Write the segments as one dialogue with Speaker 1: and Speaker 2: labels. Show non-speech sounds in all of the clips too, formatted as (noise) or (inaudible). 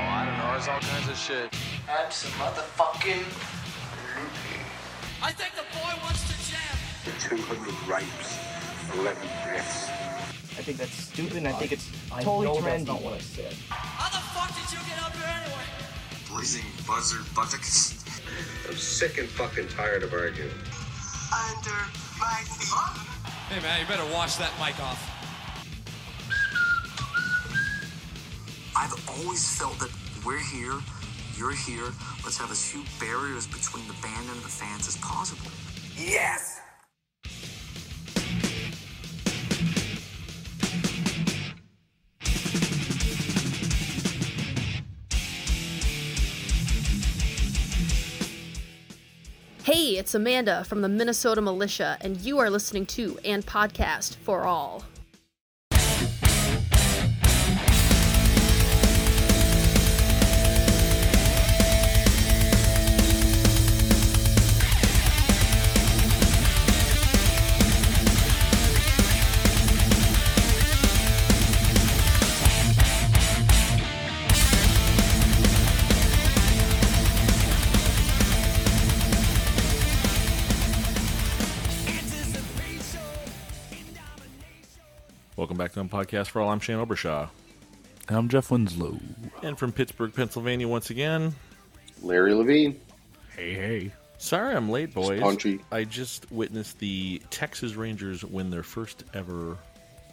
Speaker 1: does all kinds of shit.
Speaker 2: I'm some motherfucking loopy.
Speaker 3: I think the boy wants to jam.
Speaker 4: 200 rapes, 11 breaths.
Speaker 5: I think that's stupid, and I think it's totally trendy.
Speaker 6: I said.
Speaker 3: How the fuck did you get up here anyway?
Speaker 7: Blazing buzzer buttocks.
Speaker 8: I'm sick and fucking tired of arguing.
Speaker 9: Under my feet.
Speaker 10: Hey man, you better wash that mic off.
Speaker 7: I've always felt that we're here, you're here. Let's have as few barriers between the band and the fans as possible.
Speaker 2: Yes!
Speaker 11: Hey, it's Amanda from the Minnesota Militia, and you are listening to and podcast for all.
Speaker 12: Welcome back to the Podcast for All. I'm Shane Obershaw.
Speaker 13: I'm Jeff Winslow.
Speaker 12: And from Pittsburgh, Pennsylvania, once again,
Speaker 14: Larry Levine.
Speaker 13: Hey, hey.
Speaker 12: Sorry I'm late, boys.
Speaker 14: Punchy.
Speaker 12: I just witnessed the Texas Rangers win their first ever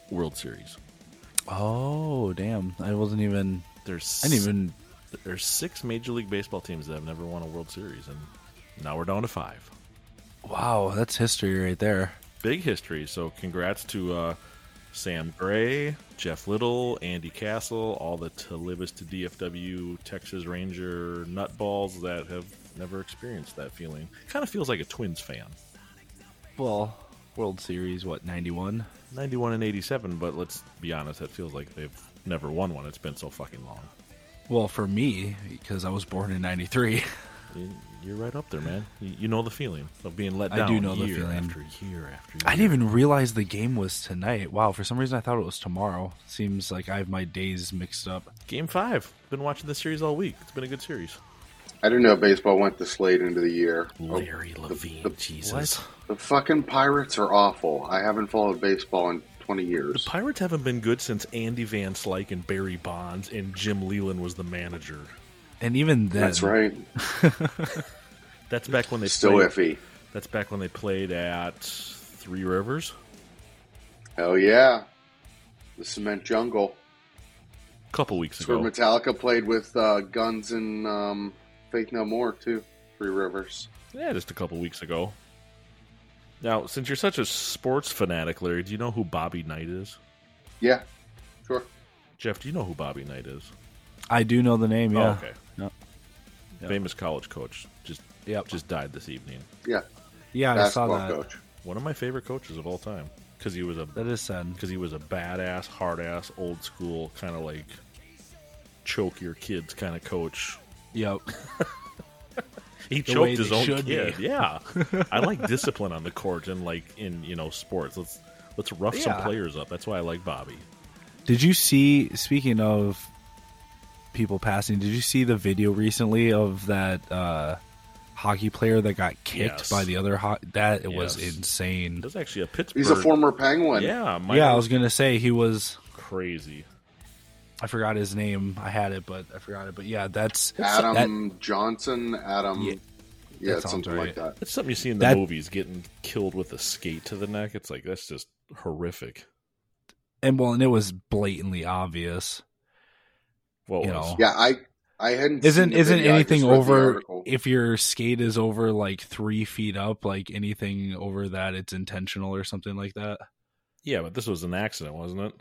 Speaker 12: World Series.
Speaker 13: Oh, damn. I wasn't even.
Speaker 12: There's
Speaker 13: I didn't even.
Speaker 12: There's six Major League Baseball teams that have never won a World Series, and now we're down to five.
Speaker 13: Wow, that's history right there.
Speaker 12: Big history. So congrats to uh, Sam Gray, Jeff Little, Andy Castle, all the Talibas to DFW Texas Ranger nutballs that have never experienced that feeling. Kind of feels like a Twins fan.
Speaker 13: Well, World Series, what, 91?
Speaker 12: 91 and 87, but let's be honest, that feels like they've never won one. It's been so fucking long.
Speaker 13: Well, for me, because I was born in 93.
Speaker 12: You're right up there, man. You know the feeling of being let
Speaker 13: I
Speaker 12: down.
Speaker 13: do know the
Speaker 12: year
Speaker 13: feeling.
Speaker 12: after year after year.
Speaker 13: I didn't even realize the game was tonight. Wow, for some reason I thought it was tomorrow. Seems like I have my days mixed up.
Speaker 12: Game five. Been watching the series all week. It's been a good series.
Speaker 14: I didn't know baseball went this late into the year. Oh,
Speaker 12: Larry Levine, Jesus.
Speaker 14: The fucking Pirates are awful. I haven't followed baseball in 20 years.
Speaker 12: The Pirates haven't been good since Andy Van Slyke and Barry Bonds and Jim Leland was the manager.
Speaker 13: And even then.
Speaker 14: That's right.
Speaker 12: That's back when they
Speaker 14: Still
Speaker 12: played,
Speaker 14: iffy.
Speaker 12: That's back when they played at Three Rivers.
Speaker 14: Hell yeah. The Cement Jungle.
Speaker 12: A couple weeks
Speaker 14: It's
Speaker 12: ago.
Speaker 14: where Metallica played with uh, Guns and um, Faith No More, too. Three Rivers.
Speaker 12: Yeah, just a couple weeks ago. Now, since you're such a sports fanatic, Larry, do you know who Bobby Knight is?
Speaker 14: Yeah, sure.
Speaker 12: Jeff, do you know who Bobby Knight is?
Speaker 13: I do know the name, yeah.
Speaker 12: Oh, okay.
Speaker 13: No. Yeah.
Speaker 12: Famous college coach. Just
Speaker 13: Yep.
Speaker 12: just died this evening.
Speaker 14: Yeah.
Speaker 13: Yeah, I saw
Speaker 14: Basketball
Speaker 13: that.
Speaker 14: coach.
Speaker 12: One of my favorite coaches of all time because he was a
Speaker 13: That is sad.
Speaker 12: because he was a badass, hard ass, old school kind of like choke your kids kind of coach.
Speaker 13: Yep.
Speaker 12: He
Speaker 13: The way
Speaker 12: choked his
Speaker 13: they
Speaker 12: own
Speaker 13: should
Speaker 12: kid.
Speaker 13: be.
Speaker 12: Yeah, I
Speaker 13: (laughs)
Speaker 12: like discipline on the court and like in you know sports. Let's let's rough some
Speaker 13: Yeah.
Speaker 12: players up. That's why I like Bobby.
Speaker 13: (laughs) Did you see? Speaking of people passing, did you see the video recently of that uh, hockey player that got kicked
Speaker 12: Yes.
Speaker 13: by the other? Ho- that it was
Speaker 12: Yes.
Speaker 13: insane.
Speaker 12: That's actually a Pittsburgh.
Speaker 14: He's a former Penguin.
Speaker 12: Yeah, my
Speaker 13: yeah, I was gonna say he was.
Speaker 12: crazy.
Speaker 13: I forgot his name. I had it, but I forgot it. But yeah, that's
Speaker 14: Adam Johnson. Adam.
Speaker 13: Yeah.
Speaker 14: Yeah,
Speaker 13: That sounds
Speaker 14: something like that.
Speaker 12: That's something you see in the
Speaker 13: That-
Speaker 12: movies, getting killed with a skate to the neck. It's like that's just horrific.
Speaker 13: that, and well, and it was blatantly obvious.
Speaker 12: What
Speaker 13: You
Speaker 12: was?
Speaker 13: know.
Speaker 14: Yeah, I I hadn't. seen
Speaker 13: Isn't
Speaker 14: the
Speaker 13: isn't
Speaker 14: video, I just
Speaker 13: anything
Speaker 14: read the
Speaker 13: over
Speaker 14: article.
Speaker 13: if your skate is over like three feet up, like anything over that, it's intentional or something like that.
Speaker 12: Yeah, but this was an accident, wasn't it?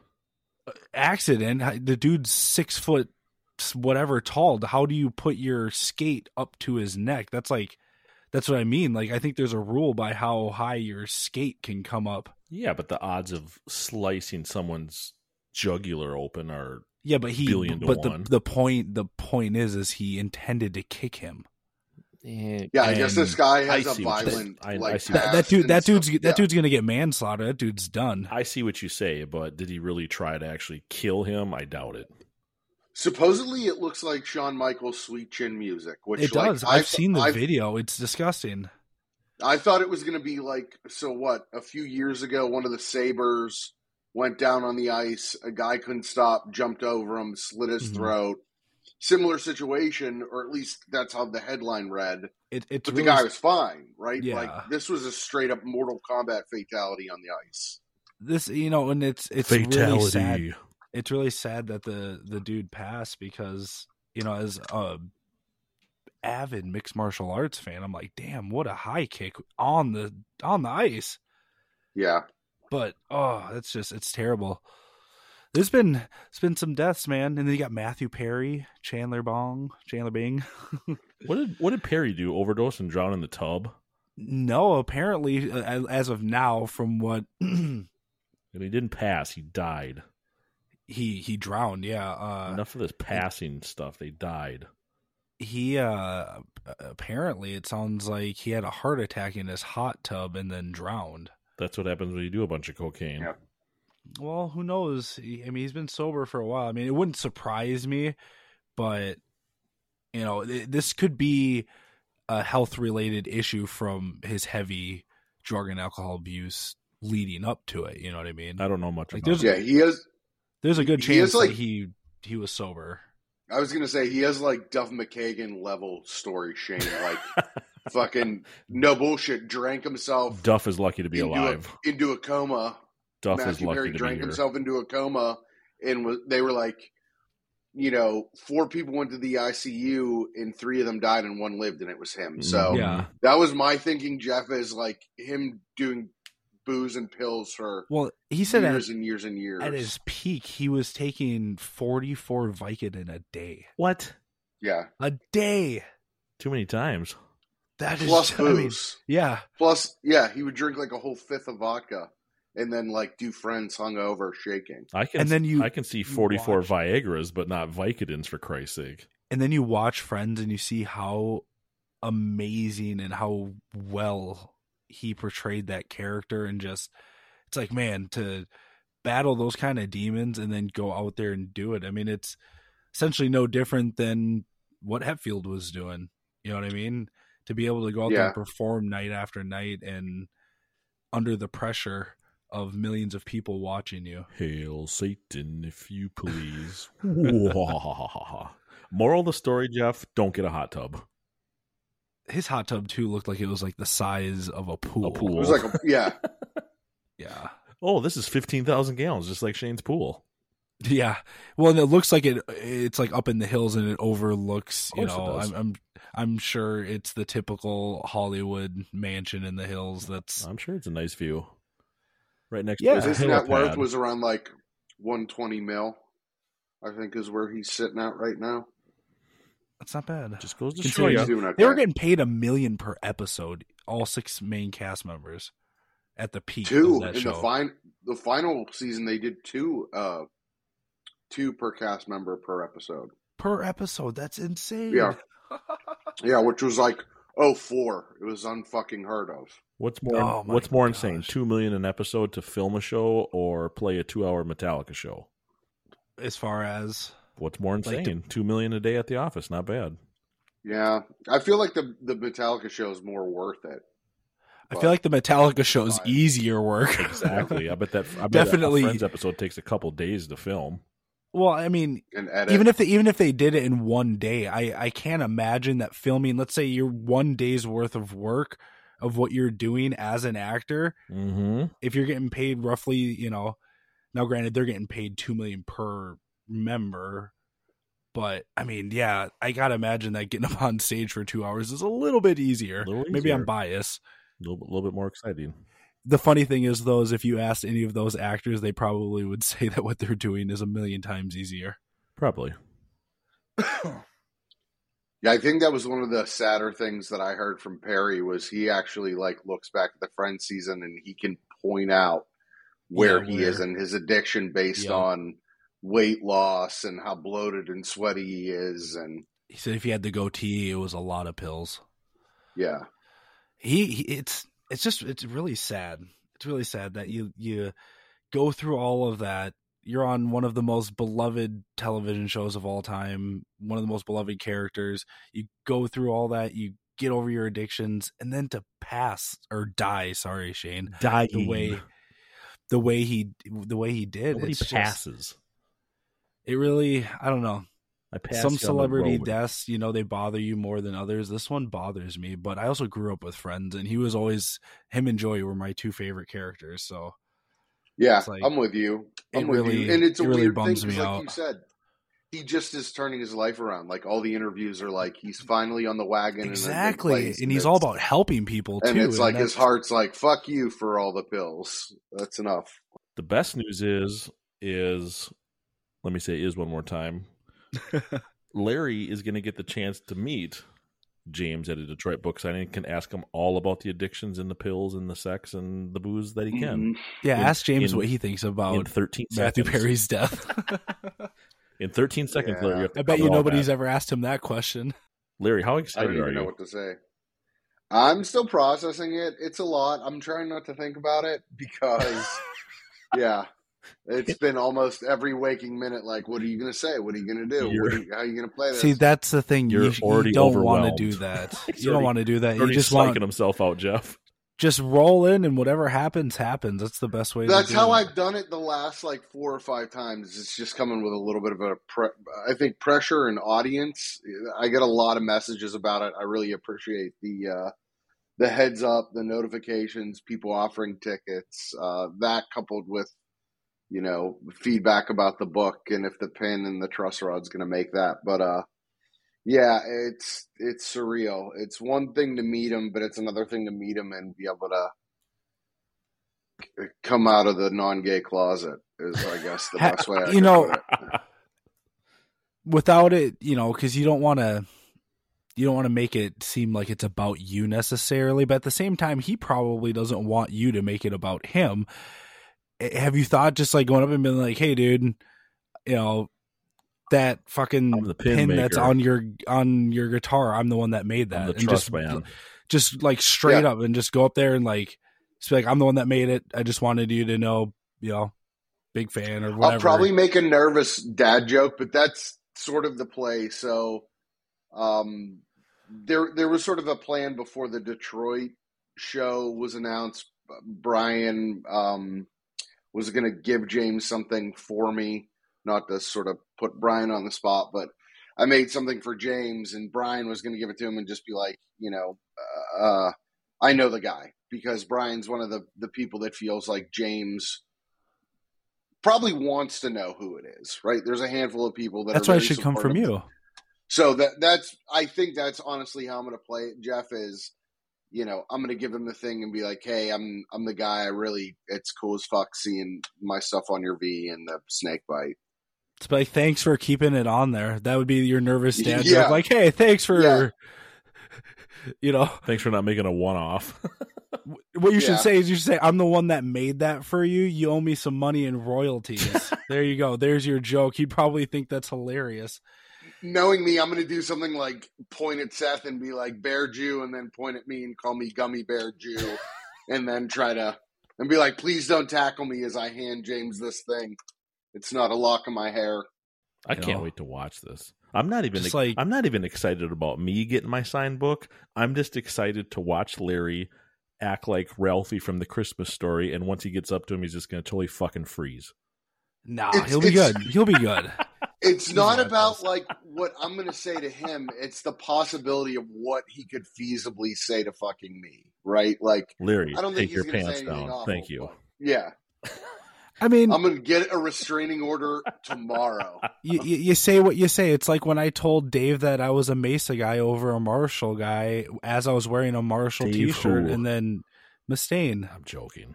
Speaker 13: accident. h- The dude's six foot s- whatever tall. How do you put your skate up to his neck? That's like, that's what I mean. Like, I think there's a rule by how high your skate can come up.
Speaker 12: Yeah, but the odds of slicing someone's jugular open are
Speaker 13: Yeah, but he.
Speaker 12: Billion to
Speaker 13: but
Speaker 12: one.
Speaker 13: the the point the point is is he intended to kick him.
Speaker 14: Yeah, I guess this
Speaker 12: And
Speaker 14: guy has
Speaker 12: I
Speaker 14: a
Speaker 12: see what you-
Speaker 14: violent
Speaker 12: I- I
Speaker 14: like
Speaker 12: see
Speaker 13: That, that
Speaker 14: past
Speaker 13: dude.
Speaker 14: and
Speaker 13: That dude's
Speaker 14: stuff.
Speaker 13: that
Speaker 14: Yeah.
Speaker 13: dude's gonna get manslaughter. That dude's done.
Speaker 12: I see what you say, but did he really try to actually kill him? I doubt it.
Speaker 14: Supposedly, it looks like Shawn Michaels' sweet chin music. Which
Speaker 13: it
Speaker 14: like,
Speaker 13: does.
Speaker 14: I
Speaker 13: I've
Speaker 14: th-
Speaker 13: seen the
Speaker 14: I-
Speaker 13: video. It's disgusting.
Speaker 14: I thought it was going to be like so. What a few years ago, one of the Sabers went down on the ice. A guy couldn't stop, jumped over him, slit his
Speaker 13: Mhm.
Speaker 14: throat. Similar situation, or at least that's how the headline read.
Speaker 13: It, it's
Speaker 14: but
Speaker 13: really-
Speaker 14: the guy was fine, right?
Speaker 13: Yeah.
Speaker 14: Like this was a straight up Mortal Kombat fatality on the ice.
Speaker 13: this you know and it's it's really sad
Speaker 12: Fatality.
Speaker 13: it's really sad that the the dude passed because you know as a avid mixed martial arts fan i'm like damn what a high kick on the on the ice
Speaker 14: yeah
Speaker 13: but oh that's just it's terrible there's been it's been some deaths man and then you got matthew perry chandler bong chandler bing
Speaker 12: What did what did Perry do? Overdose and drown in the tub?
Speaker 13: no apparently uh, as of now from what (clears throat)
Speaker 12: And he didn't pass. He died.
Speaker 13: He he drowned. Yeah. Uh,
Speaker 12: Enough of this passing stuff. They died.
Speaker 13: he uh apparently it sounds like he had a heart attack in his hot tub and then drowned
Speaker 12: That's what happens when you do a bunch of cocaine.
Speaker 13: well who knows He- i mean he's been sober for a while i mean it wouldn't surprise me but you know th- this could be a health related issue from his heavy drug and alcohol abuse leading up to it you know what i mean
Speaker 12: i don't know much
Speaker 13: like
Speaker 14: about
Speaker 13: there's,
Speaker 14: it. Yeah, he is-
Speaker 13: there's a good
Speaker 14: he is
Speaker 13: chance like
Speaker 14: like-
Speaker 13: he he was sober
Speaker 14: I was gonna say he has like Duff McKagan level story shame, like (laughs) fucking no bullshit, drank himself
Speaker 12: (laughs) Duff is lucky to be
Speaker 14: into
Speaker 12: alive.
Speaker 14: A, into a coma.
Speaker 12: Duff is
Speaker 14: Matthew
Speaker 12: lucky
Speaker 14: Perry
Speaker 12: to be
Speaker 14: drank
Speaker 12: here.
Speaker 14: himself into a coma, and was, they were like, you know, four people went to the ICU, and three of them died, and one lived, and it was
Speaker 12: Mm,
Speaker 14: him. So
Speaker 13: Yeah.
Speaker 14: that was my thinking. Jeff is like him doing booze and pills for
Speaker 13: Well, he said at-
Speaker 14: years and years and years.
Speaker 13: At his peak, he was taking 44 Vicodin a day.
Speaker 12: What?
Speaker 14: Yeah.
Speaker 13: A day.
Speaker 12: Too many times.
Speaker 13: That is
Speaker 14: plus
Speaker 13: (laughs) I mean,
Speaker 14: booze.
Speaker 13: yeah.
Speaker 14: Plus, yeah, he would drink like a whole fifth of vodka, and then like do friends hungover, shaking.
Speaker 12: I can.
Speaker 13: And then you-
Speaker 12: I can see
Speaker 13: you
Speaker 12: forty four Viagra's, but not Vicodins for Christ's sake.
Speaker 13: And then you watch Friends and you see how amazing and how well he portrayed that character and just it's like man to battle those kind of demons and then go out there and do it. I mean, it's essentially no different than what Hetfield was doing. You know what I mean? To be able to go out there
Speaker 14: Yeah.
Speaker 13: and perform night after night and under the pressure of millions of people watching you.
Speaker 12: Hail Satan, if you please. Moral of the story, Jeff: Don't get a hot tub.
Speaker 13: His hot tub too looked like it was like the size of a pool.
Speaker 12: pool.
Speaker 14: It was like, a, yeah,
Speaker 13: yeah.
Speaker 12: Oh, this is fifteen thousand gallons, just like Shane's pool.
Speaker 13: Yeah. Well, and it looks like it. It's like up in the hills and it overlooks. You
Speaker 12: Of course it
Speaker 13: know,
Speaker 12: does.
Speaker 13: I'm, I'm I'm sure it's the typical Hollywood mansion in the hills. That's
Speaker 12: I'm sure it's a nice view. Right next
Speaker 13: Yeah.
Speaker 12: to his
Speaker 13: His
Speaker 14: his net worth
Speaker 12: helipad.
Speaker 14: was around like one twenty mil. I think is where he's sitting at right now.
Speaker 13: that's not bad. Just
Speaker 12: goes
Speaker 14: to show you. Doing okay.
Speaker 13: they were getting paid a million per episode. All six main cast members at the peak.
Speaker 14: Two
Speaker 13: of
Speaker 14: in
Speaker 13: that
Speaker 14: the
Speaker 13: show.
Speaker 14: fine the final season they did two uh two per cast member per episode.
Speaker 13: per episode. That's insane.
Speaker 14: Yeah. Yeah, which was like oh four. It was unfucking heard of.
Speaker 12: What's more?
Speaker 14: Oh my
Speaker 12: what's more insane? Two million an episode to film a show or play a two-hour Metallica show?
Speaker 13: As far as
Speaker 12: What's more
Speaker 13: Like
Speaker 12: insane? Two million a day at the office. Not bad.
Speaker 14: Yeah. I feel like the the Metallica show is more worth it.
Speaker 13: I feel like the Metallica show is
Speaker 14: (laughs)
Speaker 13: easier work.
Speaker 12: Exactly. I bet that. I bet
Speaker 13: Definitely.
Speaker 12: A Friends episode takes a couple days to film.
Speaker 13: Well, I mean,
Speaker 14: And edit.
Speaker 13: even if they even if they did it in one day, I I can't imagine that filming. Let's say your one day's worth of work of what you're doing as an actor.
Speaker 12: Mm-hmm.
Speaker 13: If you're getting paid roughly, you know, now granted they're getting paid two million per member, but I mean, yeah, I gotta imagine that getting (laughs) up on stage for two hours is a little bit easier. Maybe I'm
Speaker 12: easier.
Speaker 13: biased.
Speaker 12: A little, little bit more exciting.
Speaker 13: The funny thing is, though, is if you asked any of those actors, they probably would (laughs) say that what they're doing is a million times easier.
Speaker 12: Probably.
Speaker 14: Yeah, I think that was one of the sadder things that I heard from Perry was he actually like looks back at the Friends season and he can point out where
Speaker 13: Yeah,
Speaker 14: he
Speaker 13: where-
Speaker 14: is and his addiction based
Speaker 13: Yeah.
Speaker 14: on weight loss and how bloated and sweaty he is and
Speaker 13: He said if he had the goatee, it was a lot of pills.
Speaker 14: yeah.
Speaker 13: He, he it's it's just it's really sad. It's really sad that you you go through all of that you're on one of the most beloved television shows of all time, one of the most beloved characters. You go through all that, you get over your addictions, and then to pass or die. Sorry, Shane,
Speaker 12: Dying.
Speaker 13: the way the way he the way he did.
Speaker 12: Nobody
Speaker 13: it's just-
Speaker 12: passes.
Speaker 13: it really, I don't know.
Speaker 12: I passed
Speaker 13: Some
Speaker 12: you on the
Speaker 13: celebrity
Speaker 12: road.
Speaker 13: deaths, you know, they bother you more than others. This one bothers me, but I also grew up with friends, and he was always him and Joey were my two favorite characters. So
Speaker 14: Yeah,
Speaker 13: It's like-
Speaker 14: I'm with you. I'm
Speaker 13: it
Speaker 14: with
Speaker 13: really-
Speaker 14: you. And it's a
Speaker 13: it really
Speaker 14: weird
Speaker 13: bums
Speaker 14: thing
Speaker 13: me
Speaker 14: because, like
Speaker 13: out.
Speaker 14: you said, he just is turning his life around. Like all the interviews are like he's finally on the wagon.
Speaker 13: exactly,
Speaker 14: and,
Speaker 13: and, he's all about helping people
Speaker 14: and
Speaker 13: too.
Speaker 14: it's like his
Speaker 13: that's-
Speaker 14: heart's like "fuck you" for all the pills. That's enough.
Speaker 12: The best news is is let me say is one more
Speaker 13: (laughs)
Speaker 12: time. Larry is going to get the chance to meet James at a Detroit book signing. and Can ask him all about the addictions and the pills and the sex and the booze that he
Speaker 14: Mm-hmm.
Speaker 12: can.
Speaker 13: Yeah,
Speaker 12: In-
Speaker 13: ask James
Speaker 12: in-
Speaker 13: what he thinks
Speaker 12: in
Speaker 13: about
Speaker 12: thirteen
Speaker 13: Mm-hmm. Oh, Matthew
Speaker 12: seconds. (laughs)
Speaker 13: Perry's death.
Speaker 12: In thirteen seconds, Larry, you have to
Speaker 13: I bet you
Speaker 12: cover all
Speaker 13: nobody's
Speaker 12: that.
Speaker 13: ever asked him that question.
Speaker 12: Larry, how
Speaker 14: I don't
Speaker 12: excited
Speaker 14: even
Speaker 12: are
Speaker 14: know
Speaker 12: you?
Speaker 14: what to say. I'm still processing it. It's a lot. I'm trying not to think about it because, yeah, it's been almost every waking minute. Like, what are you going to say? What are you going to do? What
Speaker 12: You're-
Speaker 14: are you, how are you going to play this?
Speaker 13: See, that's the thing.
Speaker 12: You're
Speaker 13: You, sh- you
Speaker 12: already
Speaker 13: don't
Speaker 12: overwhelmed.
Speaker 13: want to do
Speaker 12: (laughs)
Speaker 13: that.
Speaker 12: He's
Speaker 13: you don't
Speaker 12: already-
Speaker 13: want to do that.
Speaker 12: he's
Speaker 13: You
Speaker 12: already
Speaker 13: just
Speaker 12: psyching
Speaker 13: want
Speaker 12: himself out, Jeff.
Speaker 13: just roll in, and whatever happens, happens. That's the best way.
Speaker 14: That's
Speaker 13: to do
Speaker 14: how
Speaker 13: it.
Speaker 14: I've done it the last like four or five times. It's just coming with a little bit of a, pre- I think pressure and audience. I get a lot of messages about it. I really appreciate the uh, the heads up, the notifications, people offering tickets. Uh, that coupled with you know feedback about the book and if the pin and the truss rod's going to make that. But uh, yeah, it's it's surreal. It's one thing to meet him, but it's another thing to meet him and be able to come out of the non-gay closet is i guess the
Speaker 13: Ha-
Speaker 14: best way I
Speaker 13: you
Speaker 14: could
Speaker 13: know,
Speaker 14: put it.
Speaker 13: without it, you know, because you don't want to, you don't want to make it seem like it's about you necessarily. But at the same time, he probably doesn't want you to make it about him. Eh, Have you thought just like going up and being like, "Hey, dude, you know that fucking
Speaker 12: I'm the pin
Speaker 13: that's
Speaker 12: maker.
Speaker 13: on your on your guitar? I'm the one that made that."
Speaker 12: I'm the
Speaker 13: And
Speaker 12: trust
Speaker 13: just, (laughs)
Speaker 12: man.
Speaker 13: just like straight up and just go up there and like, just be like, "I'm the one that made it. I just wanted you to know, you know, big fan or whatever."
Speaker 14: i'll probably make a nervous dad joke but that's sort of the play so um there there was sort of a plan before the detroit show was announced brian um was going to give james something for me not to sort of put brian on the spot but i made something for james and brian was going to give it to him and just be like you know uh I know the guy because Brian's one of the, the people that feels like James probably wants to know who it is, right? There's a handful of people that
Speaker 13: That's
Speaker 14: are
Speaker 13: why it
Speaker 14: very
Speaker 13: should come from
Speaker 14: supportive.
Speaker 13: you.
Speaker 14: So that that's I think that's honestly how I'm going to play it. Jeff is, you know, I'm going to give him the thing and be like, "Hey, I'm I'm the guy. I really it's cool as fuck seeing my stuff on your V and the snake bite."
Speaker 13: It's like thanks for keeping it on there. That would be your nervous dad
Speaker 14: Yeah.
Speaker 13: joke. Like, hey, thanks for
Speaker 14: Yeah.
Speaker 13: (laughs) you know
Speaker 12: Thanks for not making a one-off.
Speaker 13: what you should
Speaker 14: Yeah.
Speaker 13: say is you should say, I'm the one that made that for you. You owe me some money
Speaker 14: (laughs)
Speaker 13: and royalties. there you go. There's your joke. He'd probably think that's hilarious.
Speaker 14: Knowing me, I'm going to do something like point at Seth and be like Bear Jew, and then point at me and call me Gummy Bear Jew, and then try to and be like, "Please don't tackle me as I hand James this thing. It's not a lock in my hair."
Speaker 12: I
Speaker 13: You
Speaker 12: can't
Speaker 13: know?
Speaker 12: wait to watch this. I'm not even
Speaker 13: Just like-
Speaker 12: I'm not even excited about me getting my signed book. I'm just excited to watch Larry act like Ralphie from the Christmas story and once he gets up to him he's just going to totally fucking freeze.
Speaker 13: Nah,
Speaker 14: It's-
Speaker 13: he'll be
Speaker 14: it's-
Speaker 13: good. He'll be good.
Speaker 14: It's not
Speaker 13: not
Speaker 14: about like what I'm going to say to him. It's the possibility of what he could feasibly say to fucking me, right? Like,
Speaker 12: Larry,
Speaker 14: I don't think he's
Speaker 12: take your
Speaker 14: gonna say
Speaker 12: pants
Speaker 14: anything
Speaker 12: down.
Speaker 14: awful,
Speaker 12: Thank you.
Speaker 14: but- yeah,
Speaker 13: I mean
Speaker 14: I'm going to get a restraining order tomorrow.
Speaker 13: you, you you say what you say. It's like when I told Dave that I was a Mesa guy over a Marshall guy as I was wearing a Marshall
Speaker 12: Dave
Speaker 13: t shirt
Speaker 12: who?
Speaker 13: and then Mustaine.
Speaker 12: I'm joking.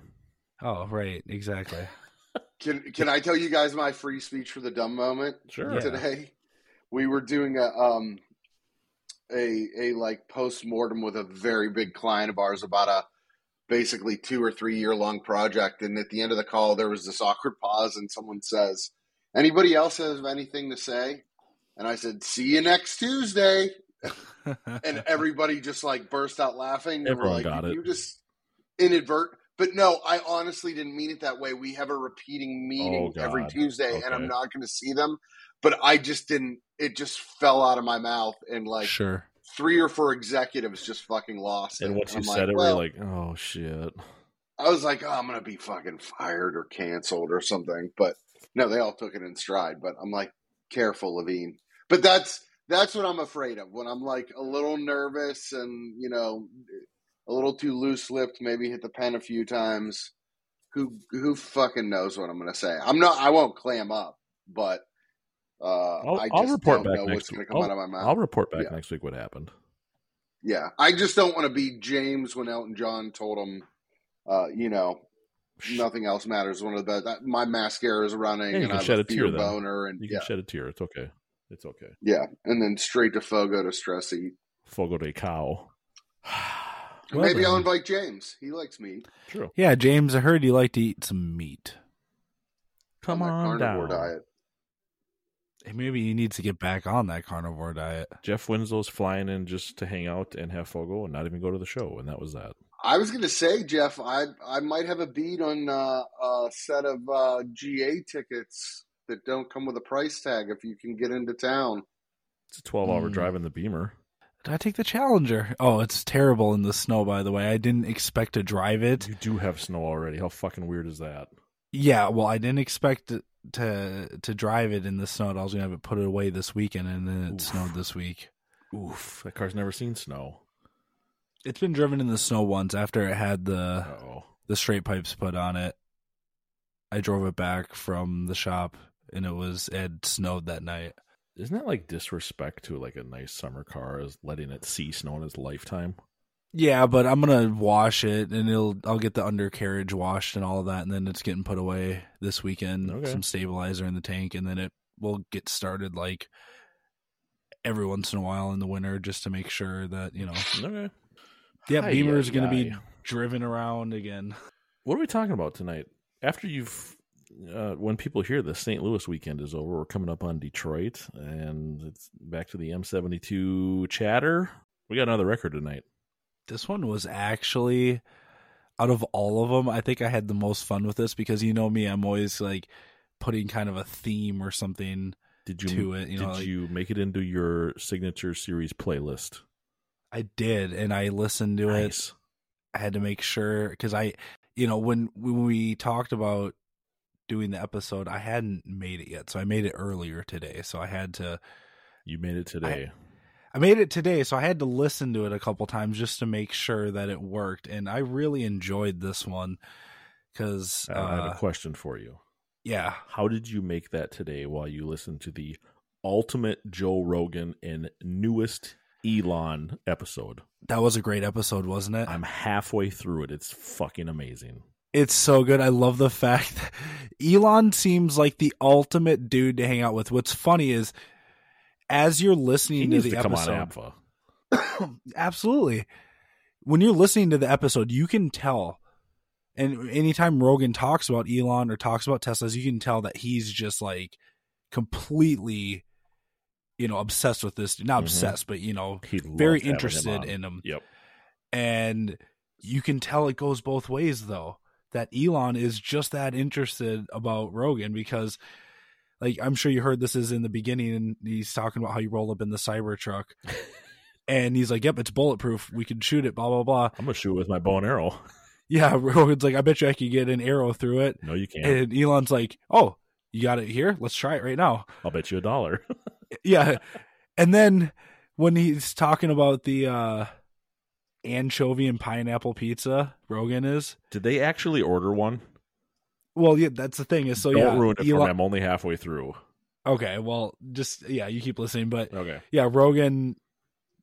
Speaker 13: Oh, right, exactly. (laughs)
Speaker 14: Can can I tell you guys my free speech for the dumb moment?
Speaker 12: Sure.
Speaker 13: Yeah.
Speaker 14: today. We were doing a um a a like post mortem with a very big client of ours about a basically two or three year long project, and at the end of the call there was this awkward pause, and someone says, "Anybody else have anything to say?" And I said, "See you next Tuesday."
Speaker 12: (laughs)
Speaker 14: and everybody just like burst out laughing. and we're
Speaker 12: Everyone
Speaker 14: like,
Speaker 12: got
Speaker 14: "Did
Speaker 12: it.
Speaker 14: You just inadvert But no, I honestly didn't mean it that way. We have a repeating meeting
Speaker 12: Oh,
Speaker 14: every
Speaker 12: God.
Speaker 14: Tuesday, and
Speaker 12: Okay.
Speaker 14: I'm not going to see them. But I just didn't. It just fell out of my mouth, and like
Speaker 13: Sure.
Speaker 14: three or four executives just fucking lost.
Speaker 12: And
Speaker 14: it.
Speaker 12: once you
Speaker 14: I'm
Speaker 12: said it,
Speaker 14: well,
Speaker 12: we're like, oh shit.
Speaker 14: I was like, oh, I'm going to be fucking fired or canceled or something. But no, they all took it in stride. But I'm like, careful, Levine. But that's that's what I'm afraid of when I'm like a little nervous and you know a little too loose lipped. Maybe hit the pen a few times. Who who fucking knows what I'm going to say? I'm not. I won't clam up, but. Uh,
Speaker 12: I'll,
Speaker 14: I just
Speaker 12: I'll report
Speaker 14: don't
Speaker 12: back
Speaker 14: know what's
Speaker 12: next
Speaker 14: going
Speaker 12: week.
Speaker 14: to come
Speaker 12: I'll,
Speaker 14: out of my mouth.
Speaker 12: I'll report back
Speaker 14: Yeah.
Speaker 12: next week what happened.
Speaker 14: Yeah, I just don't want to be James when Elton John told him, uh, you know, nothing else matters. One of the best. that- My mascara is running,
Speaker 12: Yeah, you
Speaker 14: and I
Speaker 12: can
Speaker 14: have
Speaker 12: shed
Speaker 14: a
Speaker 12: a tear
Speaker 14: fear
Speaker 12: though.
Speaker 14: boner, and
Speaker 12: you
Speaker 14: yeah,
Speaker 12: can shed a tear. It's okay. It's okay.
Speaker 14: yeah, and then straight to Fogo to stress eat.
Speaker 12: Fogo de cow.
Speaker 14: (sighs) And
Speaker 13: Well
Speaker 14: Maybe I'll
Speaker 13: then.
Speaker 14: invite James. He likes me.
Speaker 12: True.
Speaker 13: Yeah, James, I heard you like to eat some meat.
Speaker 12: Come
Speaker 14: on,
Speaker 12: on
Speaker 14: carnivore
Speaker 12: down.
Speaker 14: diet.
Speaker 13: And maybe he needs to get back on that carnivore diet.
Speaker 12: Jeff Winslow's flying in just to hang out and have Fogo and not even go to the show, and that was that.
Speaker 14: I was gonna say, Jeff, I I might have a bead on uh, a set of uh, GA tickets that don't come with a price tag if you can get into town.
Speaker 12: It's a twelve-hour
Speaker 13: Mm.
Speaker 12: drive in the Beamer.
Speaker 13: Did I take the Challenger? Oh, it's terrible in the snow, by the way. I didn't expect to drive it.
Speaker 12: You do have snow already. How fucking weird is that?
Speaker 13: Yeah, well, I didn't expect to to, to drive it in the snow. and I was gonna have it put away this weekend, and then it
Speaker 12: Oof.
Speaker 13: snowed this week.
Speaker 12: Oof, that car's never seen snow.
Speaker 13: It's been driven in the snow once after it had the
Speaker 12: Oh,
Speaker 13: the straight pipes put on it. I drove it back from the shop, and it was it had snowed that night.
Speaker 12: isn't that like disrespect to like a nice summer car is letting it see snow in its lifetime?
Speaker 13: Yeah, but I'm gonna wash it, and it'll I'll get the undercarriage washed and all that, and then it's getting put away this weekend.
Speaker 12: Okay.
Speaker 13: Some stabilizer in the tank, and then it will get started like every once in a while in the winter, just to make sure that you know.
Speaker 12: Okay.
Speaker 13: Yeah,
Speaker 12: Hi,
Speaker 13: Beamer's gonna be
Speaker 12: guy.
Speaker 13: driven around again. (laughs)
Speaker 12: What are we talking about tonight? After you've, uh, when people hear this, St. Louis weekend is over. We're coming up on Detroit, and it's back to the M72 chatter. We got another record tonight.
Speaker 13: This one was actually out of all of them, I think I had the most fun with this because you know me, I'm always like putting kind of a theme or something
Speaker 12: Did you
Speaker 13: to it. You
Speaker 12: did
Speaker 13: know, like-
Speaker 12: you make it into your signature series playlist?
Speaker 13: I did, and I listened to it.
Speaker 12: Nice.
Speaker 13: I had to make sure because I, you know, when when we talked about doing the episode, I hadn't made it yet, so I made it earlier today. So I had to,
Speaker 12: You made it today.
Speaker 13: I made it today, so I had to listen to it a couple times just to make sure that it worked. And I really enjoyed this one because,
Speaker 12: Oh, I, I have
Speaker 13: uh,
Speaker 12: a question for you.
Speaker 13: yeah,
Speaker 12: How did you make that today while you listened to the ultimate Joe Rogan and newest Elon episode?
Speaker 13: that was a great episode, wasn't it?
Speaker 12: I'm halfway through it. It's fucking amazing.
Speaker 13: It's so good. I love the fact that (laughs) Elon seems like the ultimate dude to hang out with. What's funny is as you're listening
Speaker 12: He
Speaker 13: to
Speaker 12: needs
Speaker 13: the
Speaker 12: to come
Speaker 13: episode,
Speaker 12: on APFA.
Speaker 13: (coughs) absolutely. When you're listening to the episode, you can tell. And anytime Rogan talks about Elon or talks about Teslas, you can tell that he's just like completely, you know, obsessed with this. Not
Speaker 12: Mhm.
Speaker 13: obsessed, but you know,
Speaker 12: He'd love
Speaker 13: very
Speaker 12: to have him
Speaker 13: interested
Speaker 12: on.
Speaker 13: in him
Speaker 12: Yep.
Speaker 13: and you can tell it goes both ways though that elon is just that interested about rogan because like i'm sure you heard this is in the beginning and he's talking about how you roll up in the cybertruck and he's like yep it's bulletproof we can shoot it blah blah blah
Speaker 12: I'm gonna shoot with my bow and arrow. (laughs)
Speaker 13: yeah (laughs) rogan's like i bet you i could get an arrow through it
Speaker 12: No, you can't.
Speaker 13: and elon's like oh you got it here let's try it right now (laughs)
Speaker 12: I'll bet you a dollar. (laughs)
Speaker 13: yeah and then when he's talking about the uh anchovy and pineapple pizza rogan is
Speaker 12: Did they actually order one?
Speaker 13: Well, yeah, that's the thing. Is so
Speaker 12: Don't
Speaker 13: Oh, yeah.
Speaker 12: ruin it for me.
Speaker 13: Elon-
Speaker 12: I'm only halfway through.
Speaker 13: okay, well, just yeah, you keep listening, but
Speaker 12: Okay.
Speaker 13: yeah, Rogan,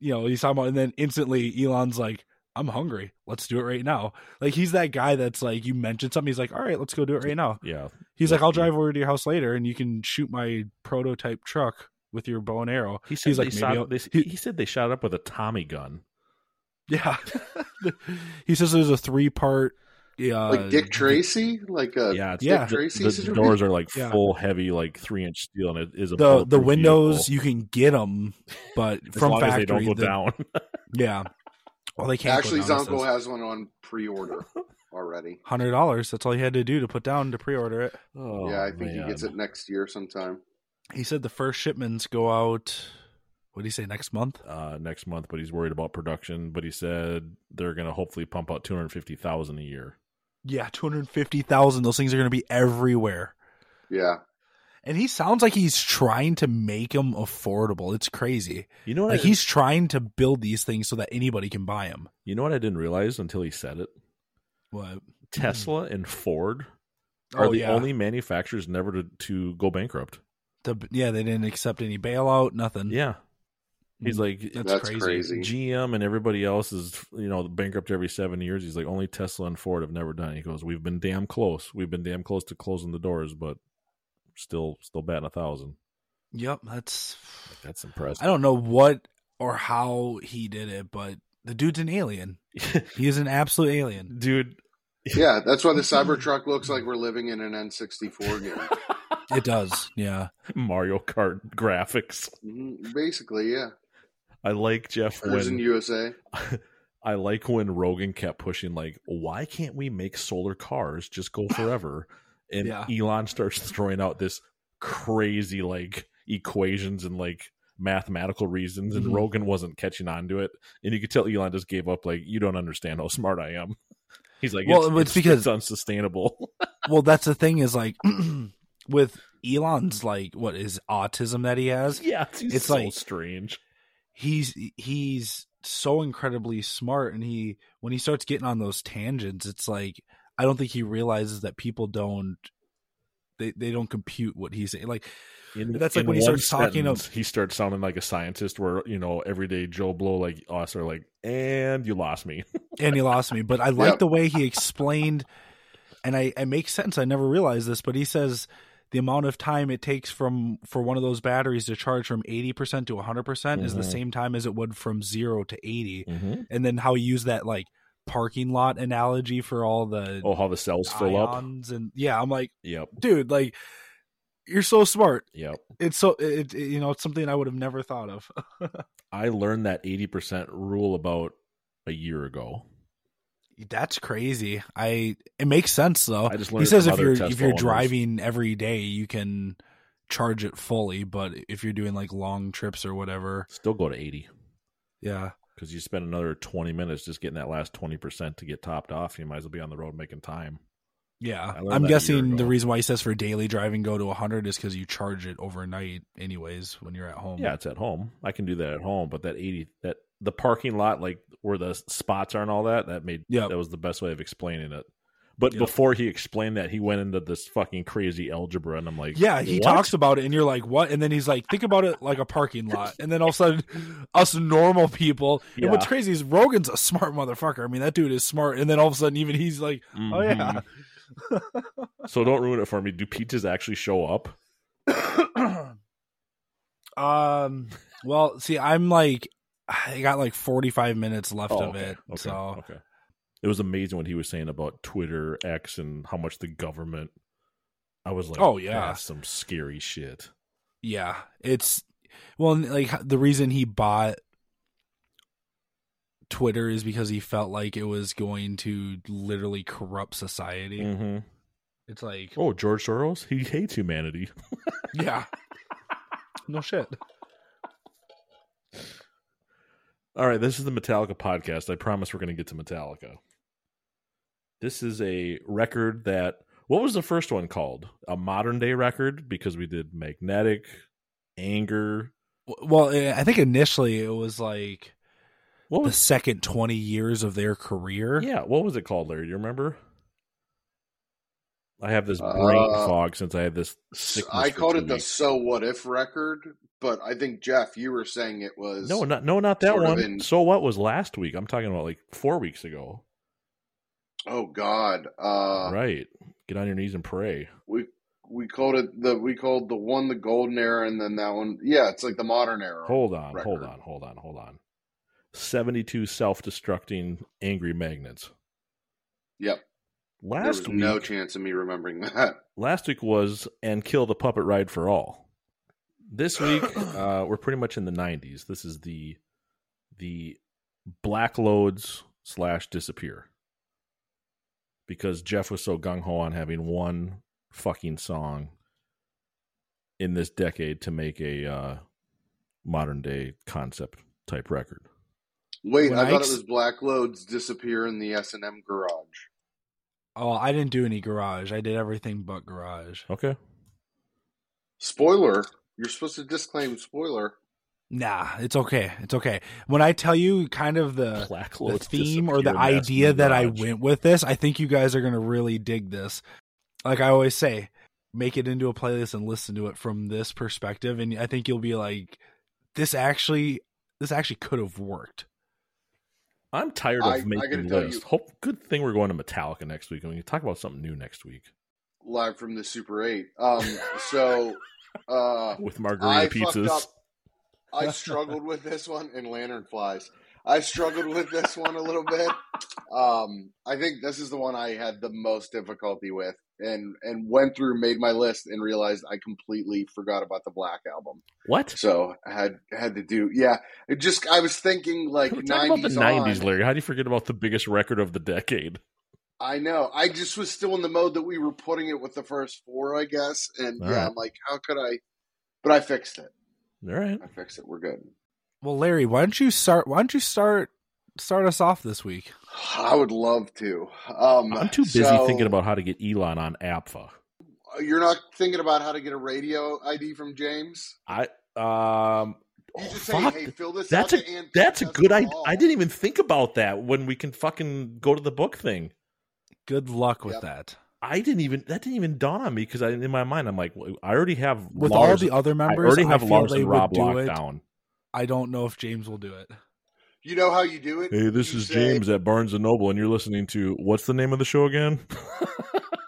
Speaker 13: you know, he's talking about, and then instantly Elon's like, "I'm hungry. Let's do it right now." Like he's that guy that's like, you mentioned something, he's like, "All right, let's go do it right now."
Speaker 12: Yeah.
Speaker 13: He's like, "I'll drive over to your house later, and you can shoot my prototype truck with your bow and arrow."
Speaker 12: He said
Speaker 13: he's
Speaker 12: they
Speaker 13: like,
Speaker 12: shot-
Speaker 13: "Maybe I'll-"
Speaker 12: they-
Speaker 13: he-
Speaker 12: he said they shot up with a Tommy gun.
Speaker 13: (laughs) yeah, he says there's a three part,
Speaker 12: Uh,
Speaker 13: yeah,
Speaker 14: Like Dick Tracy, like a
Speaker 12: yeah, it's,
Speaker 13: yeah.
Speaker 14: Dick Uh,
Speaker 12: the-
Speaker 14: Tracy
Speaker 12: the,
Speaker 14: situation?
Speaker 12: doors are like
Speaker 13: Yeah.
Speaker 12: full heavy, like three inch steel, and it is a
Speaker 13: the the
Speaker 12: bulletproof
Speaker 13: windows
Speaker 12: vehicle,
Speaker 13: you can get them, but
Speaker 12: (laughs) as
Speaker 13: from
Speaker 12: long
Speaker 13: factory
Speaker 12: as they don't go
Speaker 13: the-
Speaker 12: down. (laughs)
Speaker 13: Yeah. Well, they can't
Speaker 14: Actually,
Speaker 13: go down, it
Speaker 14: Zonko
Speaker 13: says.
Speaker 14: has one on pre-order. already.
Speaker 13: Hundred dollars. That's all you had to do to put down to pre-order it.
Speaker 12: Oh,
Speaker 14: yeah, I think he gets it next year sometime.
Speaker 13: He said the first shipments go out. What did he say? Next month?
Speaker 12: uh, next month, but he's worried about production. But he said they're going to hopefully pump out two hundred fifty thousand a year.
Speaker 13: Yeah, two hundred fifty thousand. Those things are going to be everywhere.
Speaker 14: Yeah.
Speaker 13: And he sounds like he's trying to make them affordable. It's crazy.
Speaker 12: You know what?
Speaker 13: Like
Speaker 12: I-
Speaker 13: he's trying to build these things so that anybody can buy them.
Speaker 12: You know what I didn't realize until he said it.
Speaker 13: What?
Speaker 12: Mm-hmm. Tesla and Ford are
Speaker 13: Oh,
Speaker 12: the
Speaker 13: yeah.
Speaker 12: only manufacturers never to, to go bankrupt.
Speaker 13: The- yeah, they didn't accept any bailout. Nothing.
Speaker 12: Yeah. He's like
Speaker 13: That's That's crazy. crazy.
Speaker 12: GM and everybody else is you know bankrupt every seven years. He's like only Tesla and Ford have never done. it. He goes, we've been damn close. We've been damn close to closing the doors, but still still batting a thousand.
Speaker 13: Yep. That's.
Speaker 12: That's impressive.
Speaker 13: I don't know what or how he did it, but the dude's an alien. he is an absolute alien.
Speaker 12: Dude,
Speaker 14: (laughs) Yeah, that's why the
Speaker 12: (laughs)
Speaker 14: Cybertruck looks like we're living in an N64 game.
Speaker 13: it does. Yeah.
Speaker 12: Mario Kart graphics.
Speaker 14: Mhm, Basically, yeah.
Speaker 12: I like Jeff
Speaker 14: Cruise in
Speaker 12: when
Speaker 14: USA.
Speaker 12: I like when Rogan kept pushing like, why can't we make solar cars just
Speaker 13: (laughs)
Speaker 12: go forever? And
Speaker 13: Yeah.
Speaker 12: Elon starts throwing out this crazy like equations and like mathematical reasons and
Speaker 13: Mhm.
Speaker 12: Rogan wasn't catching on to it. And you could tell Elon just gave up like you don't understand how smart I am. (laughs) He's like
Speaker 13: Well,
Speaker 12: it's,
Speaker 13: it's because-
Speaker 12: it's unsustainable. (laughs)
Speaker 13: well that's the thing is like (clears throat) with elon's like what is autism that he has
Speaker 12: yeah, it's,
Speaker 13: It's
Speaker 12: so
Speaker 13: like-
Speaker 12: strange.
Speaker 13: he's he's so incredibly smart and he when he starts getting on those tangents it's like i don't think he realizes that people don't they, they don't compute what he's saying like
Speaker 12: In-
Speaker 13: that's like
Speaker 12: in
Speaker 13: when he
Speaker 12: one
Speaker 13: starts talking
Speaker 12: sentence,
Speaker 13: of
Speaker 12: he starts sounding like a scientist where, you know, everyday Joe Blow like us are like, and you lost me.
Speaker 13: and he lost me but i like
Speaker 14: Yep.
Speaker 13: the way he explained and i it makes sense i never realized this but he says the amount of time it takes from for one of those batteries to charge from 80% to 100% percent is the
Speaker 12: Mhm.
Speaker 13: same time as it would from 0 to 80 and then how he used that like parking lot analogy for all the
Speaker 12: Oh, how the cells fill up.
Speaker 13: ions and yeah i'm like
Speaker 12: Yep.
Speaker 13: dude like you're so smart
Speaker 12: Yep.
Speaker 13: it's so it, it- you know it's something i would have never thought of
Speaker 12: I learned that 80% rule about a year ago.
Speaker 13: that's crazy i it makes sense though
Speaker 12: I just learned
Speaker 13: he
Speaker 12: it
Speaker 13: says
Speaker 12: from
Speaker 13: if
Speaker 12: other
Speaker 13: you're if
Speaker 12: Tesla
Speaker 13: you're
Speaker 12: owners.
Speaker 13: driving every day you can charge it fully but if you're doing like long trips or whatever
Speaker 12: Still go to 80
Speaker 13: yeah
Speaker 12: because you spend another 20 minutes just getting that last 20% to get topped off. You might as well be on the road making time. I
Speaker 13: yeah
Speaker 12: learned
Speaker 13: i'm
Speaker 12: that a year
Speaker 13: guessing the
Speaker 12: ago.
Speaker 13: reason why he says for daily driving go to 100 is because you charge it overnight anyways when you're at home
Speaker 12: Yeah, it's at home. I can do that at home, but that 80, that the parking lot, like where the spots are and all that, that made,
Speaker 13: Yep.
Speaker 12: that was the best way of explaining it. But
Speaker 13: Yep.
Speaker 12: before he explained that, he went into this fucking crazy algebra, and I'm like,
Speaker 13: Yeah, he
Speaker 12: "What?"
Speaker 13: talks about it, and you're like, "What?" And then he's like, "Think about it like
Speaker 12: (laughs)
Speaker 13: a parking lot." And then all of a sudden, us normal people. And what's
Speaker 12: Yeah.
Speaker 13: crazy is Rogan's a smart motherfucker. I mean, that dude is smart. And then all of a sudden, even he's like, "Oh
Speaker 12: Mm-hmm.
Speaker 13: yeah,
Speaker 12: So don't ruin it for me. Do pizzas actually show up?
Speaker 13: (coughs) um, well, see, I'm like, I got like 45 minutes left
Speaker 12: Oh,
Speaker 13: of
Speaker 12: okay,
Speaker 13: it,
Speaker 12: okay,
Speaker 13: so
Speaker 12: okay. It was amazing what he was saying about Twitter X and how much the government. I was like,
Speaker 13: Oh, yeah.
Speaker 12: that's some scary shit.
Speaker 13: yeah, it's well, and, like the reason he bought Twitter is because he felt like it was going to literally corrupt society.
Speaker 12: Mm-hmm.
Speaker 13: It's like,
Speaker 12: Oh, George Soros, he hates humanity. (laughs)
Speaker 13: Yeah. No shit.
Speaker 12: All right, this is the Metallica podcast. I promise we're going to get to Metallica. This is a record that what was the first one called? A modern day record because we did Magnetic, Anger.
Speaker 13: Well, eh, I think initially it was like
Speaker 12: What
Speaker 13: the
Speaker 12: was
Speaker 13: second 20 years of their career.
Speaker 12: Yeah, what was it called, Larry? Do you remember? I have this brain
Speaker 14: Uh,
Speaker 12: fog since I had this.
Speaker 14: S-
Speaker 12: sickness
Speaker 14: I
Speaker 12: for
Speaker 14: called
Speaker 12: two
Speaker 14: it the
Speaker 12: weeks.
Speaker 14: "So What If" record, but I think Jeff, you were saying it was
Speaker 12: No, not no, not that
Speaker 14: sort of
Speaker 12: one.
Speaker 14: in-
Speaker 12: So what was last week? I'm talking about like four weeks ago.
Speaker 14: Oh God, uh,
Speaker 12: right. Get on your knees and pray.
Speaker 14: we we called it the we called the one the golden era, and then that one, yeah, it's like the modern era.
Speaker 12: Hold on, hold
Speaker 14: record.
Speaker 12: on, hold on, hold on. Seventy-two self-destructing angry magnets.
Speaker 14: Yep, there was
Speaker 12: Last week,
Speaker 14: no chance of me remembering (laughs) that.
Speaker 12: last week was and kill the puppet ride for all. (coughs) This week, uh, we're pretty much in the '90s. This is the the black loads slash disappear. because Jeff was so gung ho on having one fucking song in this decade to make a uh, modern day concept type record.
Speaker 14: Wait,
Speaker 13: When
Speaker 14: I,
Speaker 13: I
Speaker 14: thought
Speaker 13: ex-
Speaker 14: it was Black Loads disappear in the S and M garage.
Speaker 13: Oh, I didn't do any garage. I did everything but garage.
Speaker 12: Okay.
Speaker 14: Spoiler: You're supposed to disclaim spoiler.
Speaker 13: Nah, it's okay. It's okay. When I tell you kind of the, Uh, the
Speaker 12: loads
Speaker 13: theme or the
Speaker 12: disappear mask
Speaker 13: idea
Speaker 12: in the
Speaker 13: that I
Speaker 12: garage.
Speaker 13: went with this, I think you guys are going to really dig this. Like I always say, make it into a playlist and listen to it from this perspective and I think you'll be like this actually this actually could have worked.
Speaker 12: I'm tired of
Speaker 14: I- I gotta
Speaker 12: making
Speaker 14: tell
Speaker 12: lists.
Speaker 14: you-
Speaker 12: Hope good thing we're going to Metallica next week. and we can talk about something new next week
Speaker 14: Live from the Super Eight. Um, so uh,
Speaker 12: with margarita
Speaker 14: fucked
Speaker 12: pizzas. (laughs)
Speaker 14: up. I struggled with this one and lantern flies. I struggled with this one a little bit. Um, I think this is the one I had the most difficulty with, and and went through, made my list, and realized I completely forgot about the Black album.
Speaker 12: What?
Speaker 14: So I had had to do, yeah. It just I was thinking like
Speaker 12: We're talking about the
Speaker 14: nineties
Speaker 12: '90s,
Speaker 14: on.
Speaker 12: Larry. How do you forget about the biggest record of the decade?
Speaker 14: I know. I just was still in the mode that we were putting it with the first four, I guess. And
Speaker 12: All
Speaker 14: yeah,
Speaker 12: right.
Speaker 14: I'm like, how could I? But I fixed it.
Speaker 12: All right.
Speaker 14: I fixed it. We're good.
Speaker 13: Well, Larry, why don't you start why don't you start start us off this week?
Speaker 14: I would love to. Um,
Speaker 12: I'm too busy
Speaker 14: so- uh,
Speaker 12: thinking about how to get Elon on APFA.
Speaker 14: You're not thinking about how to get a radio ID from James.
Speaker 12: I um.
Speaker 14: You just
Speaker 12: fuck.
Speaker 14: say, "Hey, fill this
Speaker 12: that's
Speaker 14: out
Speaker 12: a
Speaker 14: to Ann
Speaker 12: that's a
Speaker 14: Francesca
Speaker 12: good idea.
Speaker 14: Hall."
Speaker 12: I didn't even think about that when we can fucking go to the book thing.
Speaker 13: Good luck with
Speaker 14: Yep.
Speaker 13: that.
Speaker 12: I didn't even that didn't even dawn on me because I in my mind I'm like well, I already have
Speaker 13: With all
Speaker 12: Lars,
Speaker 13: the other
Speaker 12: I
Speaker 13: members,
Speaker 12: already
Speaker 13: I
Speaker 12: have
Speaker 13: feel
Speaker 12: Lars
Speaker 13: they
Speaker 12: and Rob
Speaker 13: would do it.
Speaker 12: locked down.
Speaker 13: I don't know if James will do it.
Speaker 14: You know how you do it.
Speaker 12: Hey, this
Speaker 14: You
Speaker 12: is
Speaker 14: say-
Speaker 12: James at Barnes and Noble, and you're listening to what's the name of the show
Speaker 14: (laughs)
Speaker 12: again?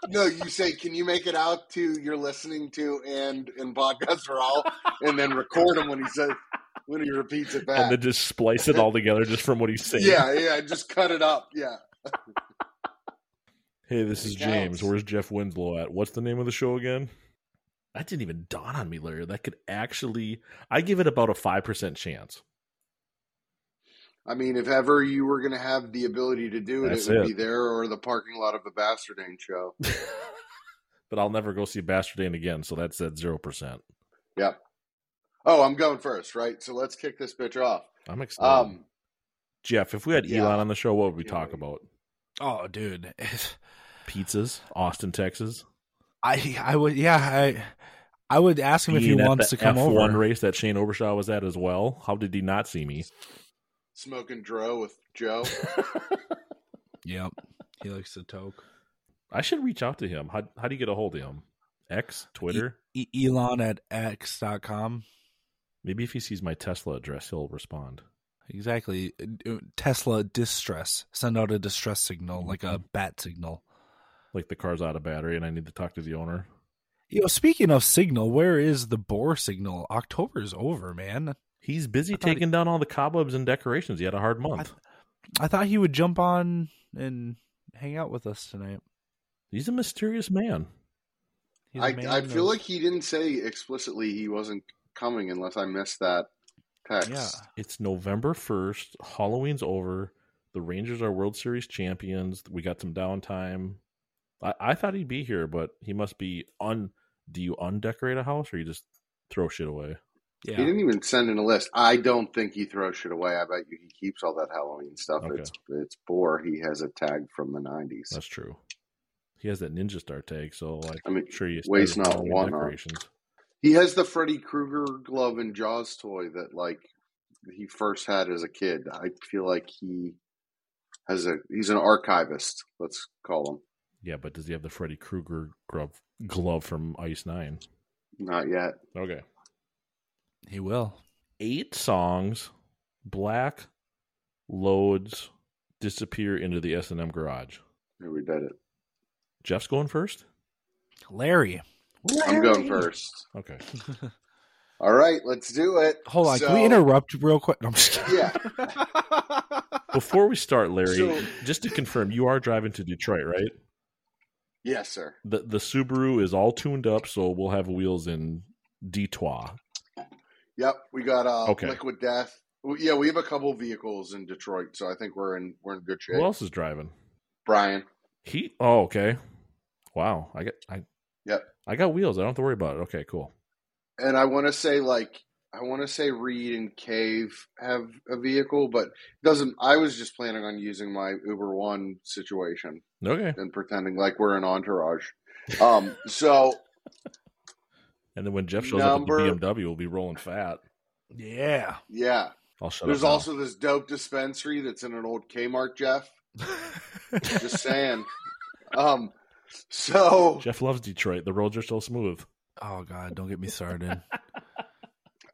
Speaker 14: No, you say, "Can you make it out to you're listening to and and podcast for all," and then record him when he says when he repeats it back.
Speaker 12: and
Speaker 13: (laughs)
Speaker 12: then just splice it all together just from what he's saying.
Speaker 14: yeah, yeah, just cut it up. Yeah.
Speaker 12: Hey, this is
Speaker 14: It counts.
Speaker 12: James. Where's Jeff Winslow at? What's the name of the show again? That didn't even dawn on me, Larry. That could actually, I give it about a 5% chance. (laughs)
Speaker 14: I mean, if ever you were going to have the ability to do it,
Speaker 12: That's
Speaker 14: it would
Speaker 12: it.
Speaker 14: be there or the parking lot of the Bastardane show.
Speaker 12: But I'll never go see Bastardane again, so that's at 0%.
Speaker 14: Yep. Oh, I'm going first, right? So let's kick this bitch off.
Speaker 12: I'm excited.
Speaker 14: Um,
Speaker 12: Jeff, if we had
Speaker 14: yeah.
Speaker 12: Elon on the show, what would we
Speaker 14: Yeah,
Speaker 12: talk
Speaker 14: right.
Speaker 12: about?
Speaker 13: Oh, dude. (laughs)
Speaker 12: Pizzas, Austin, Texas.
Speaker 13: I I would yeah I I would ask him if he
Speaker 12: Being at
Speaker 13: wants
Speaker 12: the
Speaker 13: to come
Speaker 12: F1
Speaker 13: over.
Speaker 12: race that Shane Obershaw was at as well. How did he not see me?
Speaker 14: smoking dro with Joe.
Speaker 13: Yep, he likes to toke.
Speaker 12: I should reach out to him. How, how do you get a hold of him? X, Twitter?
Speaker 13: E- Elon at x.com.
Speaker 12: Maybe if he sees my Tesla address, he'll respond.
Speaker 13: Exactly. Uh, Tesla distress. Send out a distress signal, like
Speaker 12: Mm-hmm.
Speaker 13: a bat signal.
Speaker 12: Like the car's out of battery and I need to talk to the owner.
Speaker 13: You know, speaking of signal, where is the Bohr signal? October's over, man.
Speaker 12: He's busy
Speaker 13: I thought he-
Speaker 12: taking down all the cobwebs and decorations. He had a hard month.
Speaker 13: I thought he would jump on and hang out with us tonight.
Speaker 12: He's a mysterious man.
Speaker 13: (laughs) He's a
Speaker 14: I,
Speaker 13: man
Speaker 14: I feel
Speaker 13: of-
Speaker 14: like he didn't say explicitly he wasn't coming unless I missed that text.
Speaker 13: yeah.
Speaker 12: It's November 1st. Halloween's over. The Rangers are World Series champions. We got some downtime. I, I thought he'd be here, but he must be un. Do you undecorate a house or you just throw shit away?
Speaker 14: He
Speaker 13: Yeah.
Speaker 14: didn't even send in a list. I don't think he throws shit away. I bet you he keeps all that Halloween stuff.
Speaker 12: Okay.
Speaker 14: It's it's Bohr. He has a tag from the 90s.
Speaker 12: That's true. He has that ninja star tag, so like,
Speaker 14: I mean,
Speaker 12: I'm sure he
Speaker 14: waste
Speaker 12: started
Speaker 14: not,
Speaker 12: Halloween
Speaker 14: want not. He has the Freddy Krueger glove and Jaws toy that like he first had as a kid. I feel like he has a he's an archivist. Let's call him.
Speaker 12: Yeah, but does he have the Freddy Krueger glove, glove from Ice Nine?
Speaker 14: Not yet.
Speaker 12: Okay.
Speaker 13: He will.
Speaker 12: eight songs. Black loads disappear into the S and M garage.
Speaker 14: Here we did it.
Speaker 12: Jeff's going first.
Speaker 13: Larry.
Speaker 14: I'm going first. (laughs)
Speaker 12: Okay.
Speaker 14: All right, let's do it.
Speaker 13: Hold on.
Speaker 14: So-
Speaker 13: Can we interrupt real quick? (laughs) No, I'm just kidding.
Speaker 14: Yeah.
Speaker 12: Before we start, Larry,
Speaker 14: So-
Speaker 12: just to confirm, you are driving to Detroit, right?
Speaker 14: Yes, sir.
Speaker 12: The the Subaru is all tuned up, so we'll have wheels in Detroit.
Speaker 14: Yep. We got uh,
Speaker 12: Okay.
Speaker 14: Liquid Death. Well, Yeah, we have a couple vehicles in Detroit, so I think we're in we're in good shape.
Speaker 12: Who else is driving?
Speaker 14: Brian,
Speaker 12: He. Oh, okay. Wow. I get. I.
Speaker 14: Yep.
Speaker 12: I got wheels. I don't have to worry about it. Okay. Cool.
Speaker 14: and I want to say like I want to say Reed and Cave have a vehicle, but doesn't. I was just planning on using my Uber One situation.
Speaker 12: Okay.
Speaker 14: and pretending like we're an entourage. Um,
Speaker 12: (laughs)
Speaker 14: so
Speaker 12: And then when Jeff shows
Speaker 14: Number-
Speaker 12: up with the BMW, we'll be rolling fat.
Speaker 13: Yeah.
Speaker 14: yeah,
Speaker 12: I'll shut
Speaker 14: there's
Speaker 12: up. now.
Speaker 14: also this dope dispensary that's in an old Kmart, Jeff.
Speaker 13: (laughs)
Speaker 14: just
Speaker 12: (laughs)
Speaker 14: saying. Um, so
Speaker 12: Jeff loves Detroit. The roads are so smooth.
Speaker 1: Oh God, don't get me started.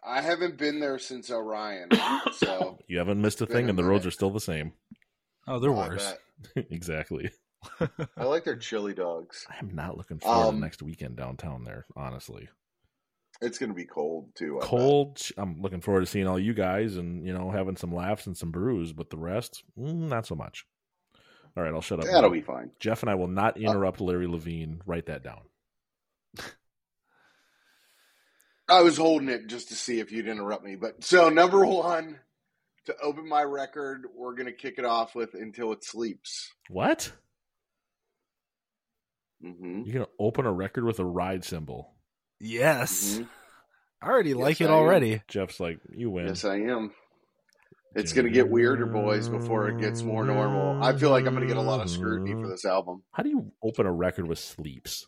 Speaker 14: I haven't been there since Orion.
Speaker 12: (laughs)
Speaker 14: So
Speaker 12: You haven't missed a thing, and the roads are still the same.
Speaker 13: (laughs)
Speaker 12: (laughs)
Speaker 13: Oh, they're
Speaker 14: I
Speaker 13: worse.
Speaker 12: exactly.
Speaker 14: I like their chili dogs.
Speaker 12: I'm not looking forward
Speaker 14: Um,
Speaker 12: to next weekend downtown there. Honestly,
Speaker 14: It's gonna be cold too. I bet.
Speaker 12: cold. ch- I'm looking forward to seeing all you guys and you know having some laughs and some brews, but the rest, mm, not so much. All right, I'll shut up.
Speaker 14: That'll
Speaker 12: now.
Speaker 14: be Uh, fine.
Speaker 12: Jeff and I will not interrupt Larry Levine. Write that down.
Speaker 14: I was holding it just to see if you'd interrupt me. But so number one, to open my record, we're gonna kick it off with "Until It Sleeps."
Speaker 12: What?
Speaker 14: Mm-hmm.
Speaker 12: You're gonna open a record with a ride symbol?
Speaker 13: Yes. I already like
Speaker 14: Mm-hmm. Yes,
Speaker 13: it
Speaker 14: I am.
Speaker 13: already.
Speaker 12: Jeff's like, you win.
Speaker 14: Yes, I am. It's gonna get weirder, boys, before it gets more normal. I feel like I'm gonna get a lot of scrutiny for this album.
Speaker 12: How do you open a record with sleeps?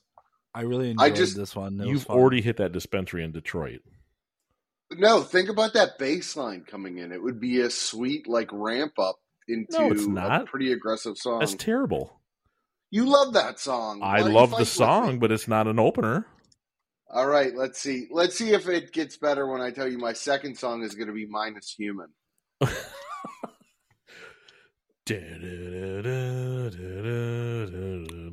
Speaker 13: I really
Speaker 14: I
Speaker 13: enjoyed
Speaker 14: just-
Speaker 13: this one. It was
Speaker 12: You've
Speaker 13: fun.
Speaker 12: already hit that dispensary in Detroit.
Speaker 14: No, think about that bass line coming in. It would be a sweet like ramp up into
Speaker 12: No, it's
Speaker 14: a
Speaker 12: not.
Speaker 14: pretty aggressive song.
Speaker 12: That's terrible.
Speaker 14: you love that song. Why
Speaker 12: I
Speaker 14: do you
Speaker 12: love
Speaker 14: fight
Speaker 12: the
Speaker 14: with
Speaker 12: song, but it's not an opener.
Speaker 14: All right, let's see. Let's see if it gets better when I tell you my second song is going to be minus human.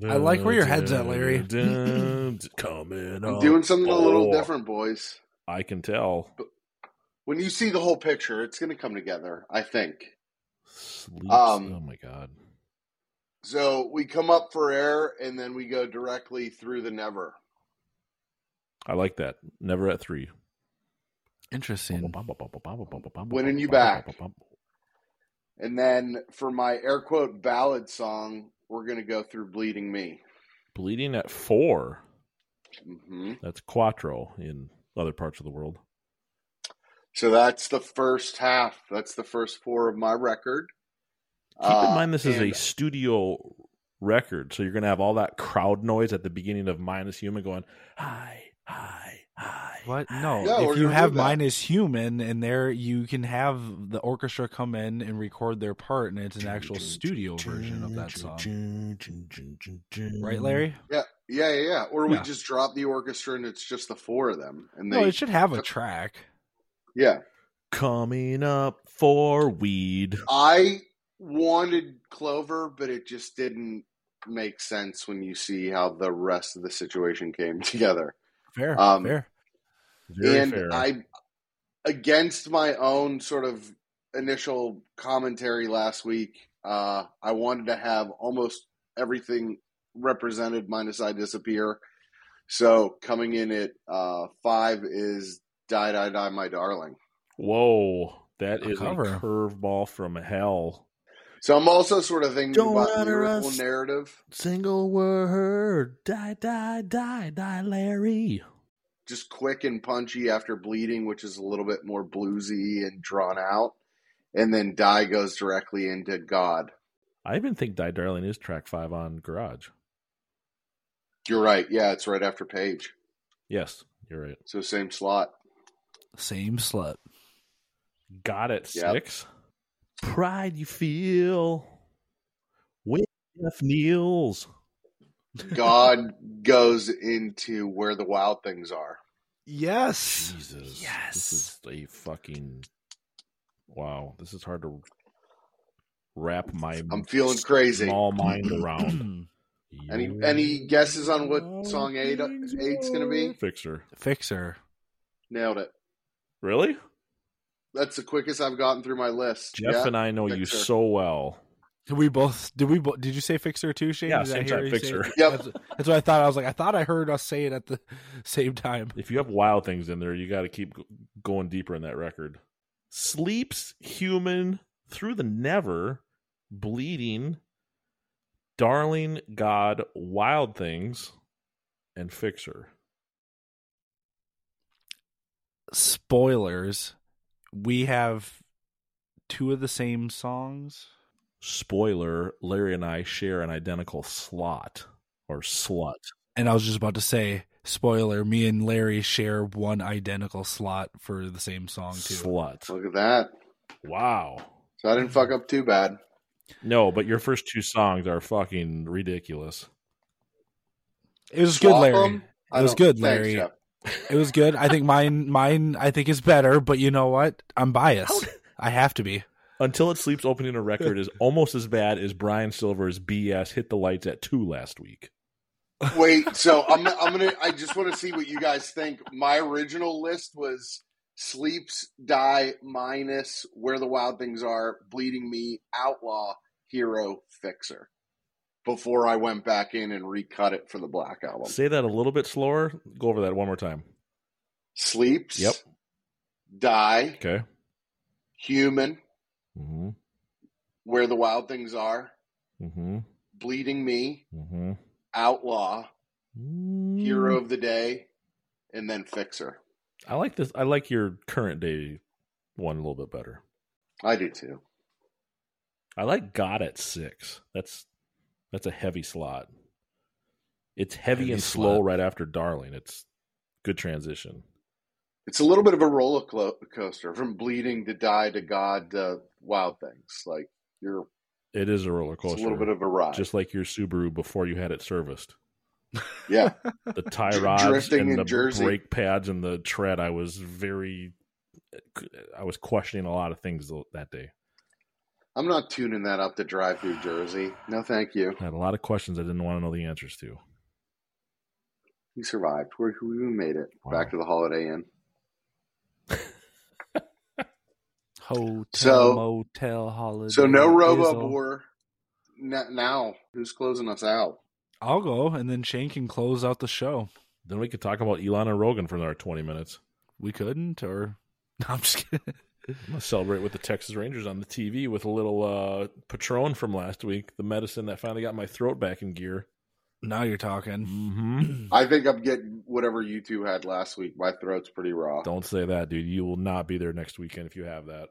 Speaker 12: I
Speaker 13: like where your head's at, Larry.
Speaker 12: Coming
Speaker 14: I'm
Speaker 12: up.
Speaker 14: doing something a little
Speaker 12: Oh,
Speaker 14: different, boys.
Speaker 12: I can tell.
Speaker 14: When you see the whole picture, it's going to come together, I think.
Speaker 12: Sleeps.
Speaker 14: Um,
Speaker 12: oh my god.
Speaker 14: So we come up for air and then we go directly through the never.
Speaker 12: I like that. Never at three.
Speaker 1: Interesting.
Speaker 12: Winning
Speaker 14: Winning you back. And then for my air quote ballad song, we're going to go through Bleeding Me.
Speaker 12: Bleeding at four.
Speaker 14: hmm
Speaker 12: That's quattro in other parts of the world.
Speaker 14: So that's the first half. That's the first four of my record. Uh,
Speaker 12: Keep
Speaker 14: Ah,
Speaker 12: in mind this is a
Speaker 14: and-
Speaker 12: studio record, so you're gonna have all that crowd noise at the beginning of Minus Human going, Hi, hi, hi.
Speaker 13: What? No.
Speaker 14: Yeah, we're
Speaker 13: if you
Speaker 14: gonna
Speaker 13: have
Speaker 14: do that.
Speaker 13: mine as human and there you can have the orchestra come in and record their part and it's an actual studio version of that song. Right, Larry?
Speaker 14: Yeah, yeah, yeah. yeah. Or we
Speaker 13: Yeah.
Speaker 14: just drop the orchestra and it's just the four of them. And they,
Speaker 13: No, it should have a track.
Speaker 14: yeah.
Speaker 12: Coming up for weed.
Speaker 14: I wanted Clover, but it just didn't make sense when you see how the rest of the situation came (laughs) together.
Speaker 13: Fair.
Speaker 14: Um,
Speaker 13: fair.
Speaker 12: Very
Speaker 14: and
Speaker 12: fair.
Speaker 14: I, against my own sort of initial commentary last week, uh, I wanted to have almost everything represented minus I disappear. So coming in at uh, five is die die die my darling.
Speaker 12: Whoa. That
Speaker 13: A
Speaker 12: is a
Speaker 13: cover.
Speaker 12: curveball from hell.
Speaker 14: So I'm also sort of thinking
Speaker 12: Don't
Speaker 14: about
Speaker 12: honor
Speaker 14: lyrical
Speaker 12: us.
Speaker 14: narrative.
Speaker 12: Single word. Die, die, die, die, Larry.
Speaker 14: just quick and punchy after bleeding, which is a little bit more bluesy and drawn out. And then Die goes directly into God.
Speaker 12: I even think Die Darling is track five on Garage.
Speaker 14: You're right. Yeah, it's right after Page.
Speaker 12: Yes, you're right.
Speaker 14: So same
Speaker 12: (laughs)
Speaker 14: slot.
Speaker 13: Same slut.
Speaker 12: Got it.
Speaker 14: Yep.
Speaker 12: Six. Pride you feel. With Jeff Niels.
Speaker 14: God goes into where the wild things are.
Speaker 13: Yes.
Speaker 12: Jesus. This
Speaker 13: Yes.
Speaker 12: is a fucking. Wow. This is hard to wrap my
Speaker 14: I'm feeling crazy.
Speaker 12: small mind around.
Speaker 14: (clears throat)
Speaker 13: Hmm.
Speaker 14: Any any guesses on what song eight eight's gonna be?
Speaker 12: Fixer.
Speaker 13: Fixer.
Speaker 14: Nailed it.
Speaker 12: Really?
Speaker 14: That's the quickest I've gotten through my list.
Speaker 12: Jeff
Speaker 14: yeah?
Speaker 12: and I know you
Speaker 14: Fixer.
Speaker 12: so well.
Speaker 13: Did we both? Did we? Bo- did you say fixer too, Shane?
Speaker 12: Yeah,
Speaker 13: Did I
Speaker 12: same
Speaker 13: hear
Speaker 12: time,
Speaker 13: you say it?
Speaker 12: Fixer.
Speaker 14: Yep.
Speaker 13: That's, that's what I thought. I was like, I thought I heard us say it at the (laughs) same time.
Speaker 12: If you have wild things in there, you got to keep g- going deeper in that record. Sleeps human through the never, bleeding, Darling God, Wild Things, and Fixer.
Speaker 13: Spoilers. We have two of the same songs.
Speaker 12: Spoiler: Larry and I share an identical slot or slut.
Speaker 13: And I was just about to say, spoiler: me and Larry share one identical slot for the same song too.
Speaker 12: Slut.
Speaker 14: Look at that.
Speaker 12: Wow.
Speaker 14: So I didn't fuck up too bad.
Speaker 12: No, but your first two songs are fucking ridiculous.
Speaker 13: It was good, Larry. It was good, Larry. It was good. I think mine, mine, I think is better. But you know what? I'm biased. I have to be.
Speaker 12: Until It Sleeps opening a
Speaker 14: (laughs)
Speaker 12: record is almost as bad as Brian Silver's BS hit the lights at two last week.
Speaker 14: Wait, so I'm I'm gonna I just want to see what you guys think. My original list was sleeps die minus where the wild things are bleeding me outlaw hero fixer before I went back in and recut it for the black album.
Speaker 12: Say that a little bit slower. Go over that one more time.
Speaker 14: Sleeps.
Speaker 12: Yep.
Speaker 14: Die.
Speaker 12: Okay.
Speaker 14: Human.
Speaker 12: Mm-hmm.
Speaker 14: Where the wild things are.
Speaker 12: Mm-hmm.
Speaker 14: Bleeding me.
Speaker 12: Mm-hmm.
Speaker 14: Outlaw. Hero
Speaker 12: Mm.
Speaker 14: of the day. And then fixer.
Speaker 12: I like this. I like your current day one a little bit better.
Speaker 14: I do too.
Speaker 12: I like God at six. That's that's a heavy slot. It's heavy,
Speaker 13: Heavy
Speaker 12: and slow
Speaker 13: slot.
Speaker 12: right after Darling. It's good transition.
Speaker 14: It's a little bit of a roller clo- coaster from bleeding to die to God to wild things. Like you're
Speaker 12: It is a roller coaster.
Speaker 14: a little bit of a ride.
Speaker 12: just like your Subaru before you had it serviced.
Speaker 13: (laughs)
Speaker 14: yeah.
Speaker 12: The tie
Speaker 14: Dr-
Speaker 12: rods
Speaker 14: drifting
Speaker 12: and
Speaker 14: in
Speaker 12: the
Speaker 14: Jersey.
Speaker 12: brake pads and the tread. I was very, I was questioning a lot of things tho- that day.
Speaker 14: I'm not tuning that up to drive through Jersey. No, thank you.
Speaker 12: I had a lot of questions I didn't want to know the answers to.
Speaker 14: We survived. We're, we made it back to the Holiday Inn.
Speaker 13: (laughs) Hotel,
Speaker 14: So-
Speaker 13: motel, holiday.
Speaker 14: So no Robo
Speaker 13: Bizzle.
Speaker 14: Boar. N- now, who's closing us out?
Speaker 13: I'll go, and then Shane can close out the show.
Speaker 12: Then we could talk about Elon and Rogan for another 20 minutes.
Speaker 13: We couldn't, or (laughs) no, I'm just kidding.
Speaker 12: I'm gonna celebrate with the Texas Rangers on the TV with a little uh, Patron from last week, the medicine that finally got my throat back in gear.
Speaker 13: Now you're talking.
Speaker 12: Mm-hmm.
Speaker 14: I think I'm getting whatever you two had last week. My throat's pretty raw.
Speaker 12: (clears throat) Don't say that, dude. You will not be there next weekend if you have that.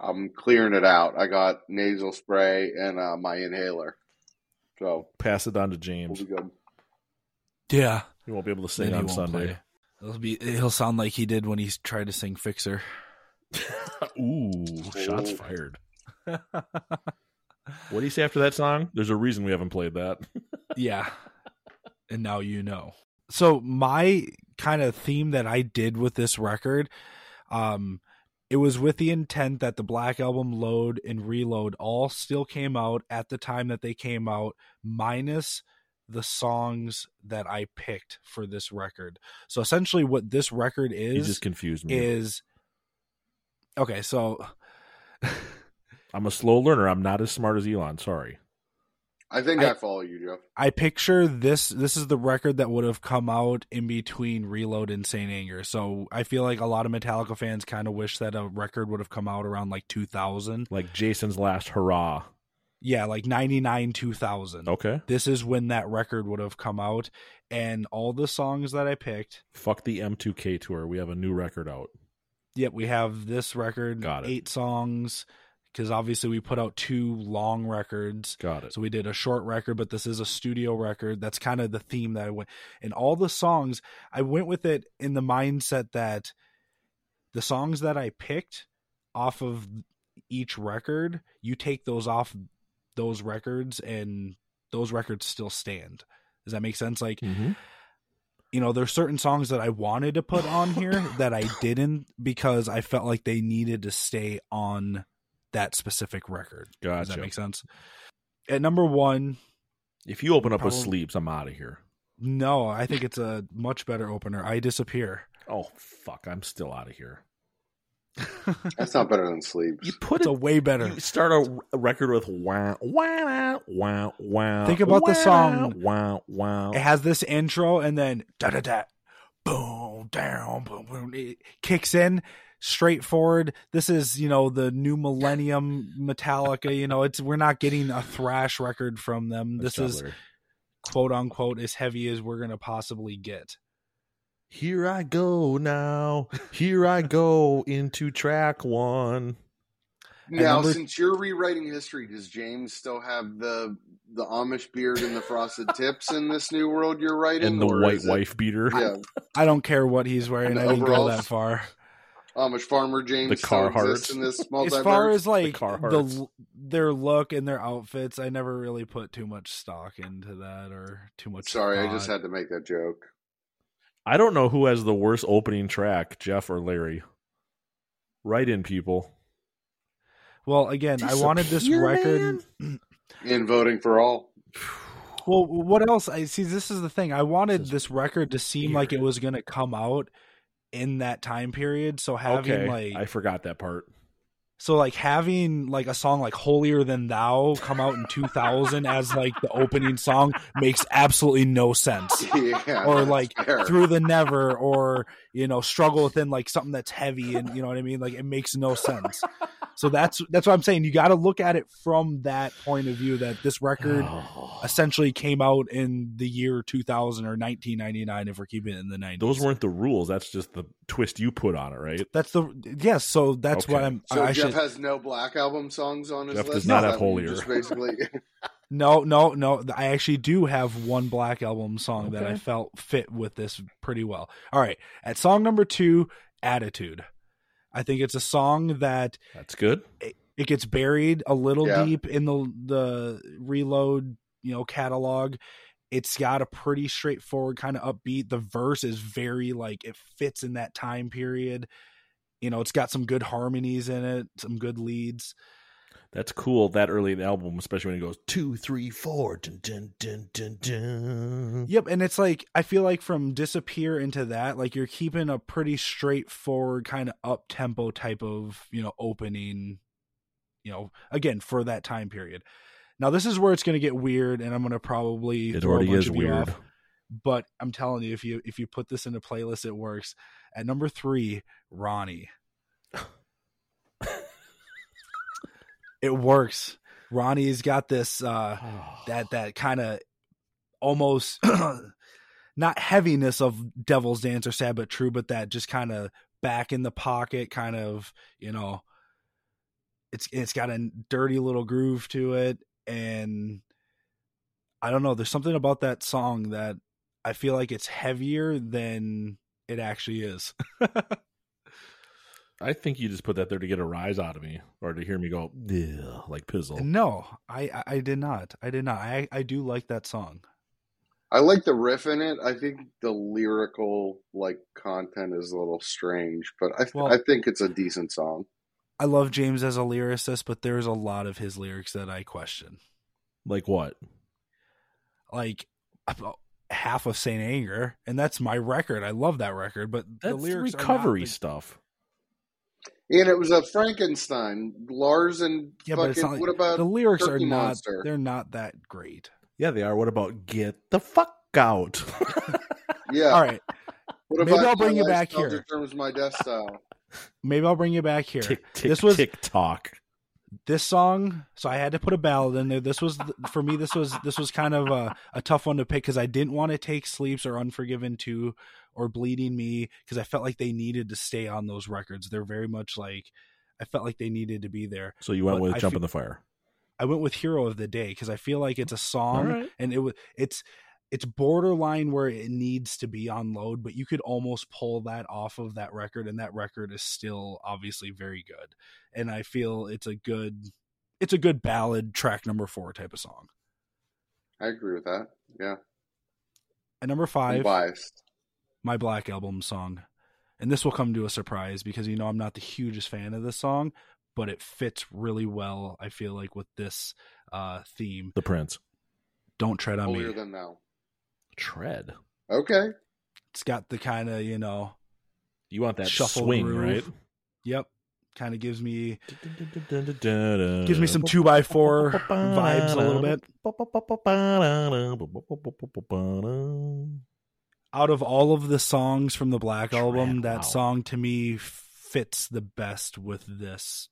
Speaker 14: I'm clearing it out. I got nasal spray and uh, my inhaler. So
Speaker 12: Pass it on to
Speaker 14: we'll
Speaker 12: James.
Speaker 14: be good.
Speaker 13: Yeah,
Speaker 12: You won't be able to sing
Speaker 13: Then he
Speaker 12: on
Speaker 13: won't
Speaker 12: Sunday.
Speaker 13: play. It'll be. He'll sound like he did when he tried to sing (laughs) "Fixer."
Speaker 12: Ooh, shots
Speaker 13: (laughs)
Speaker 12: fired. What do you say after that song? There's a reason we haven't played that. (laughs)
Speaker 13: yeah. And now you know. So my kind of theme that I did with this record, um, it was with the intent that the Black Album Load and Reload all still came out at the time that they came out, minus the songs that I picked for this record. So essentially what this record is
Speaker 12: you just confused me.
Speaker 13: is okay, so
Speaker 12: I'm a slow learner. I'm not as smart as Elon. Sorry.
Speaker 14: I think I,
Speaker 13: I-
Speaker 14: follow you, Jeff.
Speaker 13: I picture this this is the record that would have come out in between Reload and Saint Anger. So I feel like a lot of Metallica fans kind of wish that a record would have come out around like 2000.
Speaker 12: Like Jason's last hurrah.
Speaker 13: Yeah, like 99 2000.
Speaker 12: Okay.
Speaker 13: This is when that record would have come out and all the songs that I picked.
Speaker 12: Fuck the M2K tour. We have a new record out.
Speaker 13: Yep, we have this record
Speaker 12: Got it.
Speaker 13: eight songs cuz obviously we put out two long records.
Speaker 12: Got it.
Speaker 13: So we did a short record, but this is a studio record. That's kind of the theme that I went. And all the songs, I went with it in the mindset that the songs that I picked off of each record, you take those off those records and those records still stand. Does that make sense? Like,
Speaker 12: Mhm.
Speaker 13: you know, there's certain songs that I wanted to put on here that I didn't because I felt like they needed to stay on that specific record.
Speaker 12: Gotcha.
Speaker 13: Does that make sense? At number one,
Speaker 12: If you open up with
Speaker 13: Probably-
Speaker 12: sleeps, I'm out of here.
Speaker 13: no, I think it's a much better opener. I disappear.
Speaker 12: Oh fuck, I'm still out of here.
Speaker 14: That's not better than
Speaker 12: (laughs)
Speaker 14: sleeps.
Speaker 12: You put
Speaker 13: It's
Speaker 14: (laughs)
Speaker 13: a
Speaker 12: it.
Speaker 13: way better.
Speaker 12: You start a, a record with wow, wow, wow, wow.
Speaker 13: Think about the
Speaker 12: wah,
Speaker 13: song.
Speaker 12: Wow, wow.
Speaker 13: It has this intro and then da da da, boom, down, boom, boom. It kicks in straightforward. This is, you know, the new millennium Metallica. You know, it's we're not getting a thrash record from them.
Speaker 12: Nice
Speaker 13: This
Speaker 12: job,
Speaker 13: is
Speaker 12: Larry.
Speaker 13: quote unquote as heavy as we're gonna possibly get.
Speaker 12: Here I go now. Here I go into track (laughs) one.
Speaker 14: Now,
Speaker 12: number-
Speaker 14: since you're rewriting history, does James still have the the Amish beard and the frosted tips in this new world you're writing?
Speaker 12: And the
Speaker 14: or
Speaker 12: white
Speaker 14: is it
Speaker 12: wife beater.
Speaker 14: Yeah.
Speaker 13: I don't care what he's wearing.
Speaker 14: And
Speaker 13: I didn't go
Speaker 14: overalls?
Speaker 13: that far.
Speaker 14: Amish farmer James
Speaker 12: The
Speaker 14: still exists
Speaker 12: Carhartts.
Speaker 14: in
Speaker 12: (laughs)
Speaker 14: this
Speaker 13: As far
Speaker 14: multiverse?
Speaker 13: as like the,
Speaker 12: Carhartts.
Speaker 13: l- their look and their outfits, I never really put too much stock into that or too
Speaker 12: Oh,
Speaker 13: much.
Speaker 14: Sorry, I just
Speaker 13: thought.
Speaker 14: had to make that joke.
Speaker 12: (laughs) I don't know who has the worst opening track, Jeff or Larry. Write in, people.
Speaker 13: Well, again, I wanted this
Speaker 14: Disappear,
Speaker 13: record.
Speaker 14: In voting for all. (laughs)
Speaker 13: (sighs) Well, what else? I see. This is the thing. I wanted this record to seem like it was going to come out in that time period. So having
Speaker 12: okay,
Speaker 13: like
Speaker 12: I forgot that
Speaker 13: (sighs)
Speaker 12: part.
Speaker 13: So like having like a song like Holier Than Thou come out in 2000 as like the opening song makes absolutely no sense.
Speaker 14: Yeah, (laughs)
Speaker 13: or
Speaker 14: that's
Speaker 13: like
Speaker 14: fair.
Speaker 13: Through the Never or you know Struggle Within like something that's heavy and you know what I mean like it makes no sense. So that's that's what I'm saying you got to look at it from that point of view that this record
Speaker 14: Oh.
Speaker 13: essentially came out in the year 2000 or 1999 if we're keeping it in the
Speaker 12: (sighs)
Speaker 13: 90s.
Speaker 12: Those weren't the rules. That's just the twist you put on it, right?
Speaker 13: That's the yes, so that's what
Speaker 12: Okay.
Speaker 13: I'm
Speaker 14: So
Speaker 13: I I
Speaker 14: Jeff
Speaker 13: should
Speaker 14: has no black album songs on his
Speaker 12: Jeff does
Speaker 14: list.
Speaker 12: not
Speaker 14: Is
Speaker 12: have
Speaker 14: that what you
Speaker 12: Holier.
Speaker 14: Just
Speaker 12: (laughs)
Speaker 14: basically,
Speaker 13: No, no, no. I actually do have one Black Album song that I
Speaker 12: Okay.
Speaker 13: felt fit with this pretty well. All right. At song number two, Attitude. I think it's a song that
Speaker 12: That's good.
Speaker 13: it, it gets buried a little
Speaker 12: Yeah.
Speaker 13: deep in the the reload, you know, catalog. It's got a pretty straightforward kind of upbeat. The verse is very like it fits in that time period. You know, it's got some good harmonies in it, some good leads.
Speaker 12: That's cool that early in the album, especially when it goes two, three, four. Dun, dun, dun, dun, dun.
Speaker 13: Yep, and it's like I feel like from disappear into that, like you're keeping a pretty straightforward kind of up tempo type of you know opening, you know, again for that time period. Now this is where it's going to get weird, and I'm going to probably
Speaker 12: It
Speaker 13: throw a
Speaker 12: already
Speaker 13: bunch
Speaker 12: is
Speaker 13: of you
Speaker 12: weird.
Speaker 13: off, but I'm telling you, if you if you put this in a playlist, it works. At number three, Ronnie. it works. Ronnie's got this uh that that kind of almost (clears throat) not heaviness of Devil's Dance or Sad but True, but that just kind of back in the pocket kind of, you know, it's it's got a dirty little groove to it and I don't know, there's something about that song that I feel like it's heavier than it
Speaker 12: (laughs)
Speaker 13: actually is.
Speaker 12: I think you just put that there to get a rise out of me or to hear me go, "Yeah," like Pizzle.
Speaker 13: No, I I- I did not. I did not. I I do like that song.
Speaker 14: I like the riff in it. I think the lyrical like content is a little strange, but I I think it's a decent song.
Speaker 13: I love James as a lyricist, but there's a lot of his lyrics that I question.
Speaker 12: Like what?
Speaker 13: Like about half of Saint Anger, and that's my record. I love that record, but the
Speaker 12: That's
Speaker 13: lyrics
Speaker 12: recovery
Speaker 13: Are not the-
Speaker 12: stuff.
Speaker 14: And it was a Frankenstein, Lars and
Speaker 13: yeah, but
Speaker 14: fucking.
Speaker 13: it's not like,
Speaker 14: what about
Speaker 13: the lyrics
Speaker 14: Turkey
Speaker 13: are not.
Speaker 14: Monster?
Speaker 13: They're not that great.
Speaker 12: Yeah, they are. What about get the fuck out?
Speaker 14: Yeah.
Speaker 13: All right.
Speaker 14: What
Speaker 13: Maybe
Speaker 14: about
Speaker 13: I'll bring
Speaker 14: My
Speaker 13: you back
Speaker 14: Lifestyle
Speaker 13: here.
Speaker 14: Determines my death style.
Speaker 13: Maybe I'll bring you
Speaker 12: (laughs)
Speaker 13: back (laughs) here.
Speaker 12: Tick, tick,
Speaker 13: this was
Speaker 12: tick tock.
Speaker 13: this song so i had to put a ballad in there this was for me this was this was kind of a, a tough one to pick because i didn't want to take sleeps or unforgiven 2 or bleeding me because i felt like they needed to stay on those records they're very much like i felt like they needed to be there
Speaker 12: So you went
Speaker 13: But
Speaker 12: with
Speaker 13: I
Speaker 12: jump
Speaker 13: feel-
Speaker 12: in the fire.
Speaker 13: I went with Hero of the Day because I feel like it's a song
Speaker 12: All right.
Speaker 13: and it was it's it's borderline where it needs to be on load, but you could almost pull that off of that record, and that record is still obviously very good. And I feel it's a good it's a good ballad track number four type of song.
Speaker 14: I agree with that. Yeah.
Speaker 13: And number
Speaker 14: I'm
Speaker 13: five,
Speaker 14: biased.
Speaker 13: my Black Album song. And this will come to a surprise because you know I'm not the hugest fan of this song, but it fits really well, I feel like, with this uh theme.
Speaker 12: The Prince.
Speaker 13: Don't tread on
Speaker 14: Holier
Speaker 13: me.
Speaker 14: than thou.
Speaker 12: Tread.
Speaker 14: Okay.
Speaker 13: it's got the kind of you know
Speaker 12: You want that
Speaker 13: shuffle
Speaker 12: swing,
Speaker 13: groove.
Speaker 12: right?
Speaker 13: Yep, kind of gives me
Speaker 12: Gives (laughs)
Speaker 13: gives me some two by four vibes a little bit. out of all of the songs from the Black album, that
Speaker 12: wow.
Speaker 13: song to me fits the best with this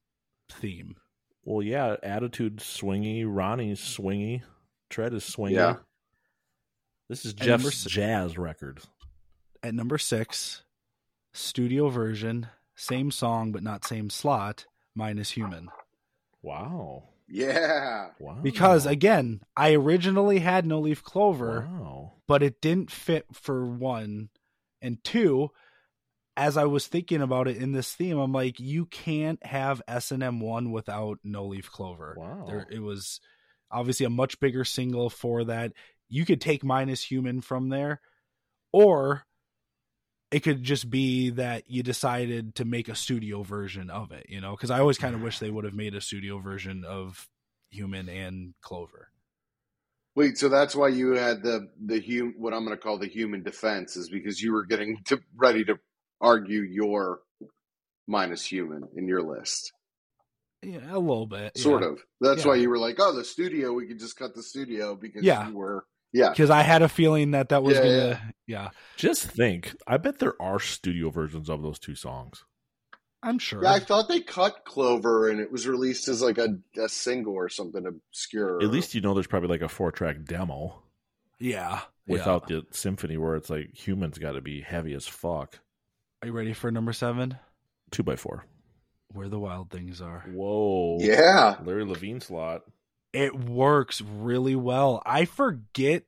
Speaker 13: theme.
Speaker 12: Well, yeah, attitude swingy, Ronnie's swingy, Tread is swingy.
Speaker 13: Yeah.
Speaker 12: This is
Speaker 13: And number
Speaker 12: Jeff's
Speaker 13: six-
Speaker 12: jazz record.
Speaker 13: At number six, studio version, same song but not same slot. Mine is human.
Speaker 12: Oh. Wow.
Speaker 14: Yeah.
Speaker 12: Wow.
Speaker 13: Because again, I originally had no leaf clover,
Speaker 12: Wow.
Speaker 13: but it didn't fit for one and two. As I was thinking about it in this theme, I'm like, you can't have S and M one without no leaf clover.
Speaker 12: Wow,
Speaker 13: there, it was obviously a much bigger single for that. You could take minus human from there, or it could just be that you decided to make a studio version of it, you know? Because I always kind of wish they would have made a studio version of Human and Clover.
Speaker 14: Wait, so that's why you had the the hum, what I'm going to call the human defense is because you were getting to, ready to argue your minus human in your list,
Speaker 13: Yeah, a little bit.
Speaker 14: sort
Speaker 13: yeah.
Speaker 14: of. That's
Speaker 13: Yeah.
Speaker 14: why you were like, oh, the studio, we could just cut the studio because
Speaker 13: Yeah.
Speaker 14: you were, yeah,
Speaker 13: Because I had a feeling that that was
Speaker 14: Uh, Yeah,
Speaker 13: gonna,
Speaker 14: yeah.
Speaker 13: yeah.
Speaker 12: Just think, I bet there are studio versions of those two songs.
Speaker 13: I'm sure.
Speaker 14: Yeah, I thought they cut Clover and it was released as like a, a single or something obscure.
Speaker 12: At least you know there's probably like a four track demo
Speaker 13: yeah.
Speaker 12: without the symphony where it's like humans got to be heavy as fuck.
Speaker 13: Are you ready for number seven?
Speaker 12: Two by four.
Speaker 13: Where the wild things are.
Speaker 12: Whoa.
Speaker 14: Yeah.
Speaker 12: Larry Levine slot.
Speaker 13: It works really well. I forget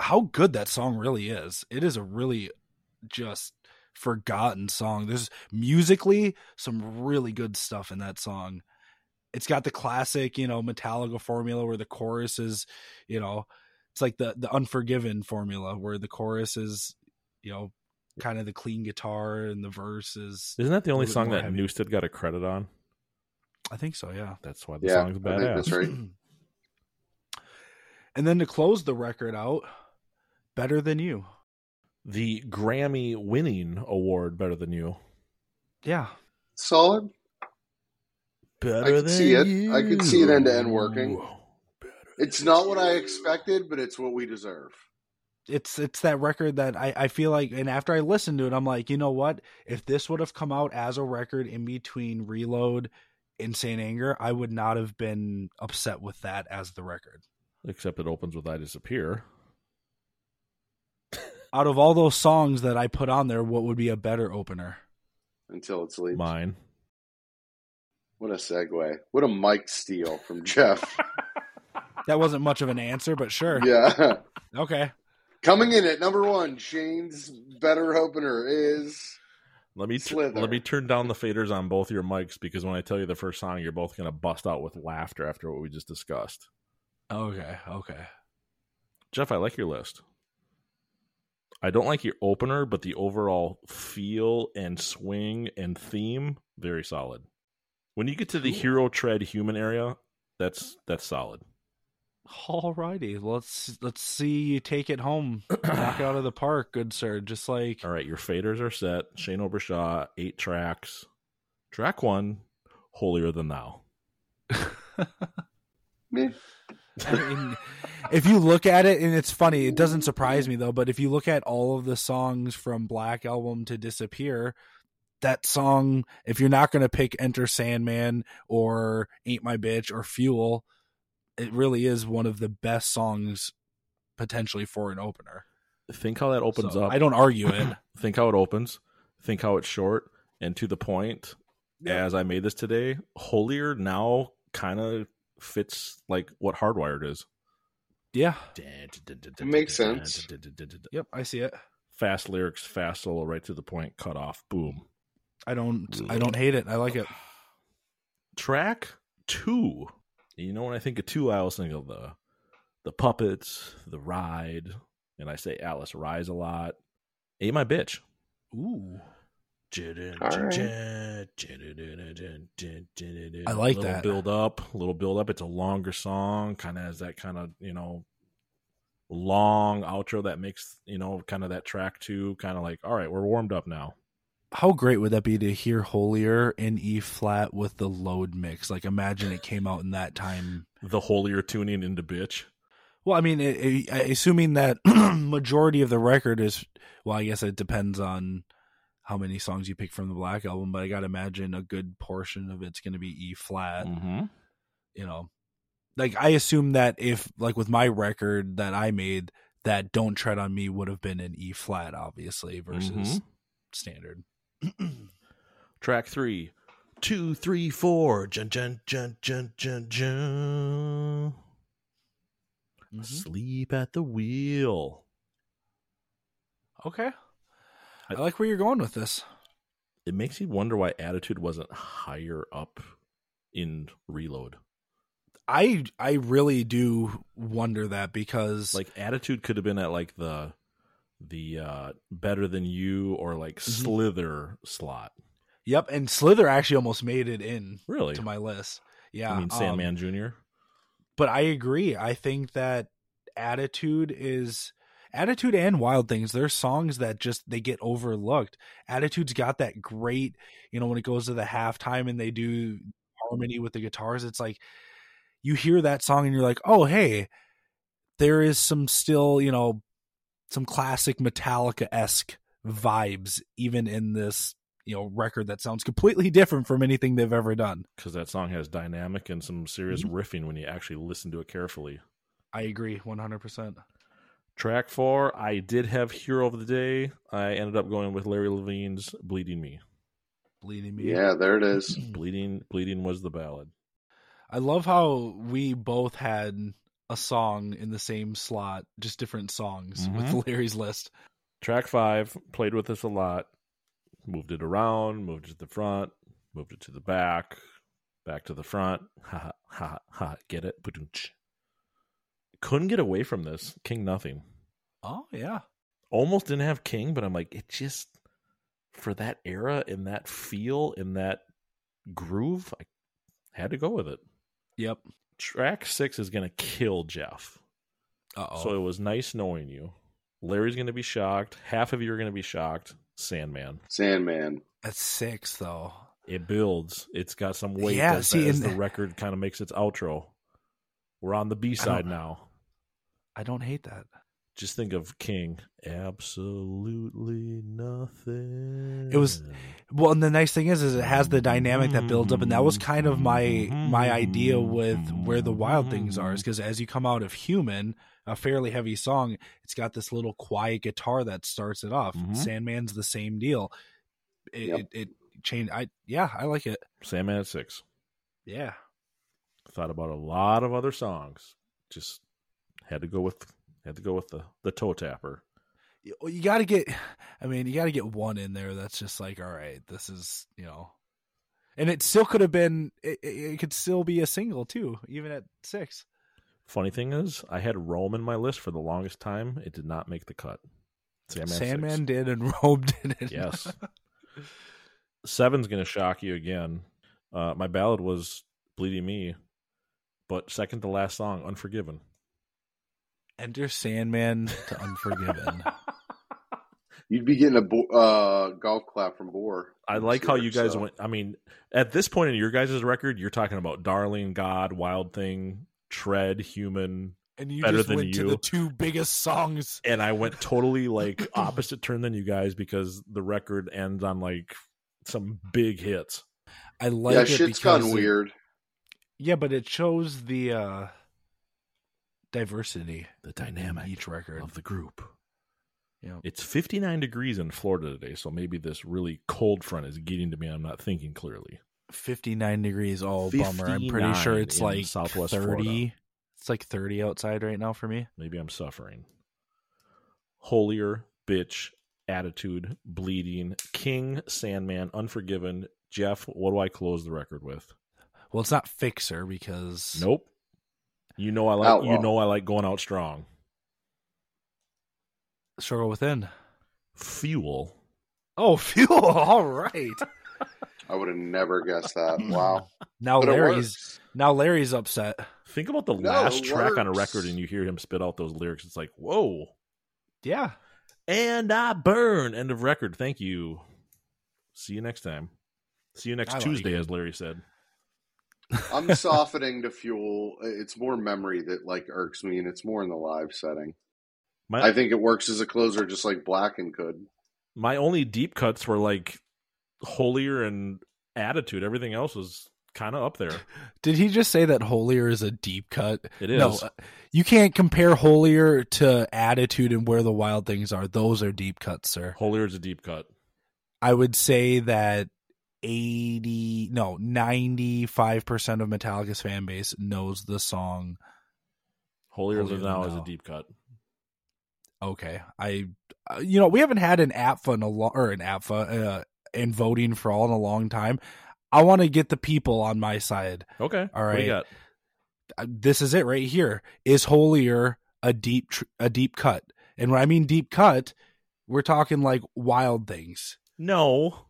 Speaker 13: how good that song really is. It is a really just forgotten song. There's musically some really good stuff in that song. It's got the classic, you know, Metallica formula where the chorus is, you know, it's like the the Unforgiven formula where the chorus is, you know, kind of the clean guitar and the verse is.
Speaker 12: Isn't that the
Speaker 13: a
Speaker 12: only
Speaker 13: little
Speaker 12: song
Speaker 13: bit more
Speaker 12: that
Speaker 13: heavy.
Speaker 12: Newstead got a credit on?
Speaker 13: I think so. Yeah.
Speaker 12: That's why the
Speaker 14: Yeah,
Speaker 12: song's
Speaker 14: I think
Speaker 12: badass.
Speaker 14: that's right.
Speaker 13: (clears throat) And then to close the record out, Better Than You.
Speaker 12: The Grammy winning award better than you.
Speaker 13: Yeah.
Speaker 14: solid.
Speaker 12: Better
Speaker 14: I could see it. I could see it end to end working. It's not what I expected, but it's what we deserve.
Speaker 13: It's it's that record that I, I feel like and after I listened to it, I'm like, you know what? If this would have come out as a record in between reload Insane Anger, I would not have been upset with that as the record.
Speaker 12: Except it opens with I Disappear.
Speaker 13: Out of all those songs that I put on there, what would be a better opener?
Speaker 14: Until it's leaves.
Speaker 12: Mine.
Speaker 14: What a segue. What a mic steal
Speaker 13: (laughs)
Speaker 14: from Jeff.
Speaker 13: That wasn't much of an answer, but sure.
Speaker 14: yeah.
Speaker 13: Okay.
Speaker 14: Coming in at number one, Shane's better opener is
Speaker 12: Let me tu-
Speaker 14: Slither.
Speaker 12: let me turn down the faders on both your mics because when I tell you the first song, you're both gonna bust out with laughter after what we just discussed.
Speaker 13: Okay. Okay.
Speaker 12: Jeff, I like your list. I don't like your opener, but the overall feel and swing and theme very solid. When you get to the hero tread human area, that's that's solid.
Speaker 13: (clears throat) Alrighty, let's let's see you take it home, knock it out of the park, good sir. Just like
Speaker 12: All right, your faders are set. Shane Obershaw, eight tracks. Track one, holier than thou.
Speaker 13: I mean, if you look at it, and it's funny, it doesn't surprise me though. But if you look at all of the songs from Black Album to Disappear, that song, if you're not gonna pick Enter Sandman or Ain't My Bitch or Fuel, it really is one of the best songs potentially for an opener.
Speaker 12: Think how that opens
Speaker 13: So,
Speaker 12: up. (clears throat)
Speaker 13: I don't argue it.
Speaker 12: think how it opens. Think how it's short and to the point. As I made this today, holier now kind of fits like what hardwired is.
Speaker 13: Yeah.
Speaker 12: It
Speaker 14: makes sense.
Speaker 13: Yep, I see it.
Speaker 12: Fast lyrics, fast solo, right to the point, cut off, boom.
Speaker 13: I don't I don't hate it. I like it.
Speaker 12: Track two. You know when I think of two, I always think of the the puppets, the ride, and I say Alice rise a lot. Ain't my bitch.
Speaker 13: Ooh.
Speaker 12: I
Speaker 13: I like
Speaker 12: little
Speaker 13: that.
Speaker 12: Build up, a little build up. It's a longer song, kind of has that kind of you know long outro that makes you know kind of that track too. Kind of like, all right, we're warmed up now.
Speaker 13: How great would that be to hear Holier in E flat with the load mix? Like imagine it came out in that time.
Speaker 12: The holier tuning into bitch.
Speaker 13: Well, I mean, i i assuming that (clears throat) majority of the record is well, I guess it depends on how many songs you pick from the Black album, but I got to imagine a good portion of it's going to be E flat.
Speaker 12: Mhm.
Speaker 13: You know, like I assume that if like with my record that I made, that "Don't Tread on Me" would have been an E flat, obviously, versus
Speaker 12: Mhm.
Speaker 13: standard.
Speaker 12: Track three, two, three, four. Jun, jun, jun, jun, jun, jun. Mm-hmm. Sleep at the wheel.
Speaker 13: Okay, I like where you're going with this.
Speaker 12: It makes me wonder why Attitude wasn't higher up in Reload.
Speaker 13: I I really do wonder that because
Speaker 12: Like Attitude could have been at like the the uh better than you or like
Speaker 13: Mm-hmm.
Speaker 12: Slither slot.
Speaker 13: Yep, and Slither actually almost made it in
Speaker 12: Really?
Speaker 13: to my list. Yeah,
Speaker 12: I mean
Speaker 13: um,
Speaker 12: Sandman Jr.
Speaker 13: but I agree. I think that attitude is attitude and wild things. They're songs that just they get overlooked. Attitude's got that great, you know, when it goes to the halftime and they do harmony with the guitars, it's like you hear that song and you're like, oh hey, there is some still, you know, some classic Metallica esque vibes even in this you know record that sounds completely different from anything they've ever done.
Speaker 12: because that song has dynamic and some serious
Speaker 13: Mm-hmm.
Speaker 12: riffing when you actually listen to it carefully.
Speaker 13: I agree, one hundred percent.
Speaker 12: Track four, I did have Hero of the Day. I ended up going with Larry Levine's Bleeding Me.
Speaker 13: Bleeding me.
Speaker 14: Yeah, there it is.
Speaker 13: Mm.
Speaker 12: Bleeding Bleeding was the ballad.
Speaker 13: I love how we both had a song in the same slot, just different songs
Speaker 12: Mhm.
Speaker 13: with Larry's list.
Speaker 12: Track five, played with this a lot. Moved it around, moved it to the front, moved it to the back, back to the front. (laughs) Ha ha ha ha. ha. Get it? Ba-doonch. Couldn't get away from this. King Nothing.
Speaker 13: Oh yeah.
Speaker 12: almost didn't have King, but I'm like, it just for that era and that feel and that groove, I had to go with it.
Speaker 13: Yep.
Speaker 12: Track six is gonna kill Jeff.
Speaker 13: Uh oh.
Speaker 12: So it was nice knowing you. Larry's gonna be shocked. Half of you are gonna be shocked. Sandman.
Speaker 14: Sandman.
Speaker 13: That's six though.
Speaker 12: It builds. It's got some weight
Speaker 13: Yeah,
Speaker 12: as,
Speaker 13: see,
Speaker 12: as
Speaker 13: and-
Speaker 12: the record kind of makes its outro. We're on the B side now.
Speaker 13: I don't hate that.
Speaker 12: Just think of King. Absolutely nothing.
Speaker 13: It was well, and the nice thing is, is it has the dynamic that builds up, and that was kind of my my idea with where the wild things are, is because as you come out of Human, a fairly heavy song, it's got this little quiet guitar that starts it off.
Speaker 12: Mhm.
Speaker 13: Sandman's the same deal. It,
Speaker 14: Yep.
Speaker 13: it it changed. I yeah, I like it.
Speaker 12: Sandman at six.
Speaker 13: Yeah.
Speaker 12: thought about a lot of other songs. Just had to go with had to go with the the toe tapper.
Speaker 13: you- well, you got to get i mean you got to get one in there that's just like all right this is you know and it still could have been it, it it could still be a single too even at six
Speaker 12: Funny thing is, I had Rome in my list for the longest time. It did not make the cut. Sandman.
Speaker 13: sandman
Speaker 12: six.
Speaker 13: did and (laughs) rome didn't
Speaker 12: Yes. Seven's gonna shock you again. Uh, my ballad was "Bleeding Me," but second to last song, "Unforgiven."
Speaker 13: (laughs) enter sandman to
Speaker 12: (laughs)
Speaker 13: unforgiven
Speaker 14: You'd be getting a bo- uh, golf clap from Boar.
Speaker 12: I like how you guys went. I mean, at this point in your guys' record, you're talking about "Darling," "God," "Wild Thing," "Tread," "Human,"
Speaker 13: and you
Speaker 12: Better
Speaker 13: just
Speaker 12: than
Speaker 13: went to
Speaker 12: you.
Speaker 13: the two biggest songs
Speaker 12: and I went totally like opposite turn than you guys because the record ends on like some big hits.
Speaker 13: i like
Speaker 14: yeah,
Speaker 13: it
Speaker 14: shit's
Speaker 13: because
Speaker 14: gone
Speaker 13: it-
Speaker 14: weird.
Speaker 13: yeah but it shows the uh diversity
Speaker 12: The
Speaker 13: in each record
Speaker 12: the group.
Speaker 13: yeah
Speaker 12: It's 59 degrees in Florida today, so maybe this really cold front is getting to me. I'm not thinking clearly.
Speaker 13: 59 degrees. Oh, bummer. I'm pretty
Speaker 12: 59
Speaker 13: sure it's
Speaker 12: in
Speaker 13: like
Speaker 12: Southwest
Speaker 13: 30.
Speaker 12: Florida.
Speaker 13: It's like 30 outside right now for me.
Speaker 12: Maybe I'm suffering. Holier, bitch, attitude, bleeding, King, Sandman, Unforgiven, Jeff. What do I close the record with?
Speaker 13: Well, it's not Fixer because
Speaker 12: Nope. You know I like you
Speaker 14: Outlaw.
Speaker 12: know I like going out strong.
Speaker 13: Struggle Within.
Speaker 12: Fuel.
Speaker 13: Oh, Fuel. All right.
Speaker 14: I would have never guessed
Speaker 12: (clears throat)
Speaker 14: that. Wow.
Speaker 13: now
Speaker 14: But it
Speaker 13: Larry's
Speaker 14: works.
Speaker 13: now Larry's upset.
Speaker 12: Think about the
Speaker 14: No,
Speaker 12: last
Speaker 14: it
Speaker 12: track on a
Speaker 14: works.
Speaker 12: record and you hear him spit out those lyrics. It's like, whoa.
Speaker 13: Yeah.
Speaker 12: And I burn. End of record. Thank you. See you next time. See you next
Speaker 13: I like
Speaker 12: Tuesday,
Speaker 13: it.
Speaker 12: as Larry said.
Speaker 14: I'm softening to fuel. It's more memory that like irks me, and it's more in the live setting.
Speaker 12: My-
Speaker 14: I think it works as a closer, just like Blacken could.
Speaker 12: My only deep cuts were like holier and attitude. Everything else was kind of up
Speaker 13: (laughs)
Speaker 12: there.
Speaker 13: Did he just say that Holier is a deep cut?
Speaker 12: It
Speaker 13: No, uh,
Speaker 12: is.
Speaker 13: you can't compare Holier to Attitude and Where the Wild Things Are. Those are deep cuts, sir.
Speaker 12: Holier is a deep cut.
Speaker 13: I would say that 80, no, 95% of Metallica's fan base knows the song.
Speaker 12: Holier
Speaker 13: Holier
Speaker 12: than
Speaker 13: Than
Speaker 12: thou is
Speaker 13: Thou.
Speaker 12: a deep cut.
Speaker 13: Okay. I, uh, you know, we haven't had an APFA in a long, or an APFA uh, and voting for all in a long time. I want to get the people on my side.
Speaker 12: Okay.
Speaker 13: All
Speaker 12: What do you
Speaker 13: right.
Speaker 12: got?
Speaker 13: Uh, This is it right here. Is holier a deep tr- a deep cut? And when I mean deep cut, we're talking like wild things.
Speaker 12: No.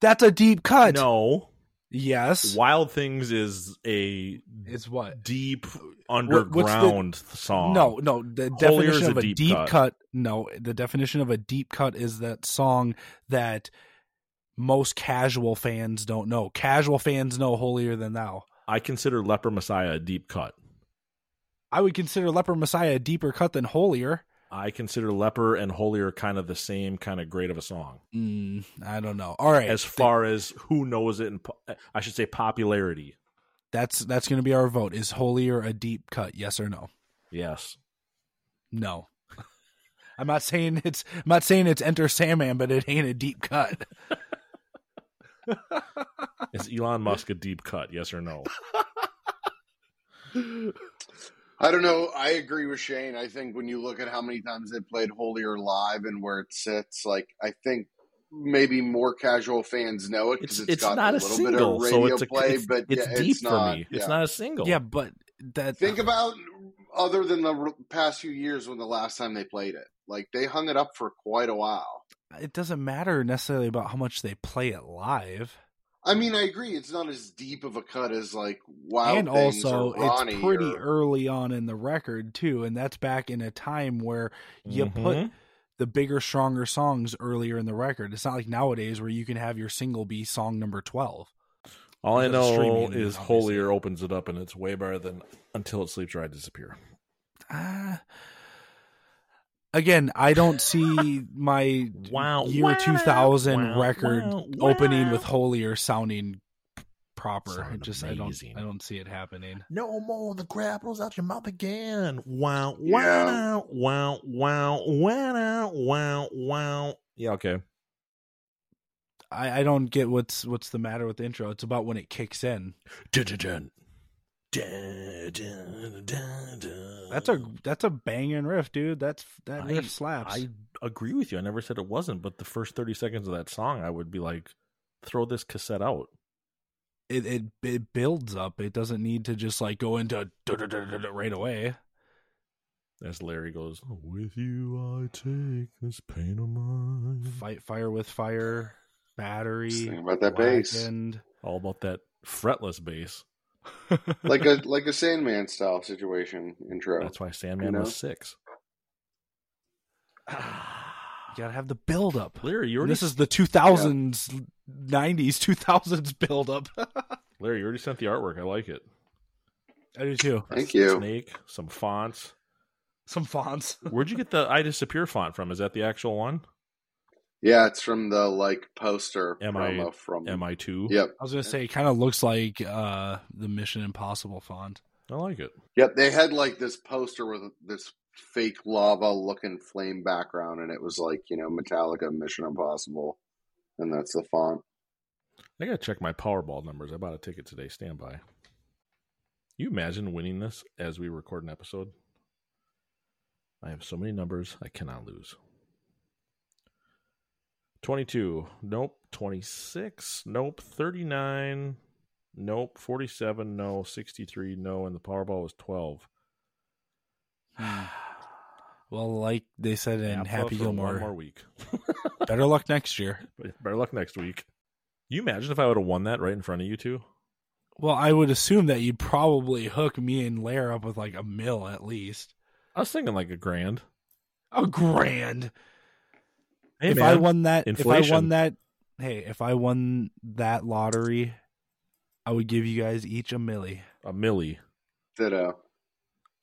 Speaker 13: That's a deep cut.
Speaker 12: No.
Speaker 13: Yes.
Speaker 12: Wild Things is a
Speaker 13: Is what?
Speaker 12: deep
Speaker 13: what's the-
Speaker 12: underground song.
Speaker 13: No, no. The
Speaker 12: Holier is
Speaker 13: definition of a deep, cut. No, the definition of a deep cut is that song that most casual fans don't know. Casual fans know holier than thou.
Speaker 12: I consider Leper Messiah a deep cut.
Speaker 13: I would consider Leper Messiah a deeper cut than holier.
Speaker 12: I consider Leper and Holier kind of the same kind of grade of a song.
Speaker 13: Mm, I don't know. All right,
Speaker 12: As far as who knows it, and po- I should say popularity.
Speaker 13: that's that's going to be our vote. Is holier a deep cut? Yes or no?
Speaker 12: Yes.
Speaker 13: No. (laughs) I'm not saying it's I'm not saying it's Enter Sandman, but it ain't a deep cut.
Speaker 12: Is
Speaker 14: (laughs)
Speaker 12: Elon Musk a deep cut? Yes or no?
Speaker 14: I don't know. I agree with Shane. I think when you look at how many times they played Holier live and where it sits, like I think maybe more casual fans know it because
Speaker 12: It's-
Speaker 14: it's
Speaker 12: it's
Speaker 14: got
Speaker 12: not
Speaker 14: a
Speaker 12: a
Speaker 14: little
Speaker 12: single,
Speaker 14: bit
Speaker 12: so
Speaker 14: of radio
Speaker 12: it's a-
Speaker 14: play,
Speaker 12: it's-
Speaker 14: but
Speaker 12: it's
Speaker 14: yeah,
Speaker 12: deep
Speaker 14: it's
Speaker 12: for
Speaker 14: not,
Speaker 12: me. It's
Speaker 14: yeah.
Speaker 12: not a single.
Speaker 13: Yeah, but that
Speaker 14: Think about other than the r- past few years when the last time they played it, like they hung it up for quite a while.
Speaker 13: it doesn't matter necessarily about how much they play it live.
Speaker 14: I mean, I agree. It's not as deep of a cut as like Wild
Speaker 13: and
Speaker 14: Things
Speaker 13: also
Speaker 14: or Ronnie
Speaker 13: it's pretty
Speaker 14: or-
Speaker 13: early on in the record too and that's back in a time where you put
Speaker 12: Mhm.
Speaker 13: the bigger stronger songs earlier in the record it's not like nowadays where you can have your single be song number 12
Speaker 12: All I
Speaker 13: Because
Speaker 12: know
Speaker 13: of streaming,
Speaker 12: is Holier opens it up and it's way better than Until It Sleeps or I Disappear.
Speaker 13: Ah. again i
Speaker 14: (laughs)
Speaker 13: don't see my
Speaker 12: Wow,
Speaker 13: year
Speaker 12: wow,
Speaker 13: 2000
Speaker 12: wow,
Speaker 13: record
Speaker 12: wow,
Speaker 13: opening with holier sounding p- proper
Speaker 12: Sound
Speaker 13: just i don't i don't see it happening
Speaker 12: No more the grapples out your mouth again. Wow,
Speaker 13: Yeah.
Speaker 12: wow, wow, wow, wow, wow, wow. Yeah, okay.
Speaker 13: I, I don't get what's what's the matter with the intro. It's about when it kicks in. That's a that's a banging riff, dude. That's that riff slaps.
Speaker 12: I agree with you. I never said it wasn't, but the first 30 seconds of that song, I would be like, throw this cassette out.
Speaker 13: it, it it builds up. It doesn't need to just like go into da-da-da-da-da right away.
Speaker 12: As Larry goes, With you, I take this pain of mine.
Speaker 13: Fight fire with fire, battery.
Speaker 14: Think about that bass.
Speaker 12: (sighs)
Speaker 13: blackened.
Speaker 12: All about that fretless bass.
Speaker 14: (laughs) like
Speaker 13: (laughs)
Speaker 14: a like a Sandman style situation intro.
Speaker 12: That's why Sandman
Speaker 14: You know?
Speaker 12: was six.
Speaker 13: You gotta have the build up.
Speaker 12: Larry, you already
Speaker 13: This is the two thousands, nineties, two thousands build (laughs) up.
Speaker 12: Larry, you already sent the artwork. I like it.
Speaker 13: I do too.
Speaker 14: Thank
Speaker 12: Some
Speaker 14: you.
Speaker 12: Snake, some fonts.
Speaker 13: Some fonts.
Speaker 12: Where'd you get the I Disappear font from? Is that the actual one?
Speaker 14: Yeah, it's from the like poster
Speaker 12: Am I-
Speaker 14: promo from
Speaker 12: MI2.
Speaker 14: Yep.
Speaker 13: I was gonna say it kind of looks like uh the Mission Impossible font.
Speaker 12: I like it.
Speaker 14: Yep, they had like this poster with this fake lava looking flame background, and it was like you know Metallica, Mission Impossible, and that's the font.
Speaker 12: I gotta check my Powerball numbers. I bought a ticket today. Stand by. You imagine winning this as we record an episode? I have so many numbers I cannot lose. 22. Nope. 26. Nope. 39. Nope. 47. No. 63. No. And the Powerball was 12.
Speaker 13: Well, like they said in
Speaker 12: APFA
Speaker 13: Happy
Speaker 12: for
Speaker 13: Gilmore,
Speaker 12: Hmm. One more week.
Speaker 13: better luck next year.
Speaker 12: Better luck next week. You imagine if I would have won that right in front of you two?
Speaker 13: Well, I would assume that you'd probably hook me and Lair up with like a mill at least.
Speaker 12: I was thinking like a grand.
Speaker 13: A grand.
Speaker 12: Hey,
Speaker 13: if I
Speaker 12: man,
Speaker 13: won that, if I
Speaker 12: inflation.
Speaker 13: won that, hey, if I won that lottery, I would give you guys each a millie.
Speaker 12: A millie.
Speaker 14: Ditto.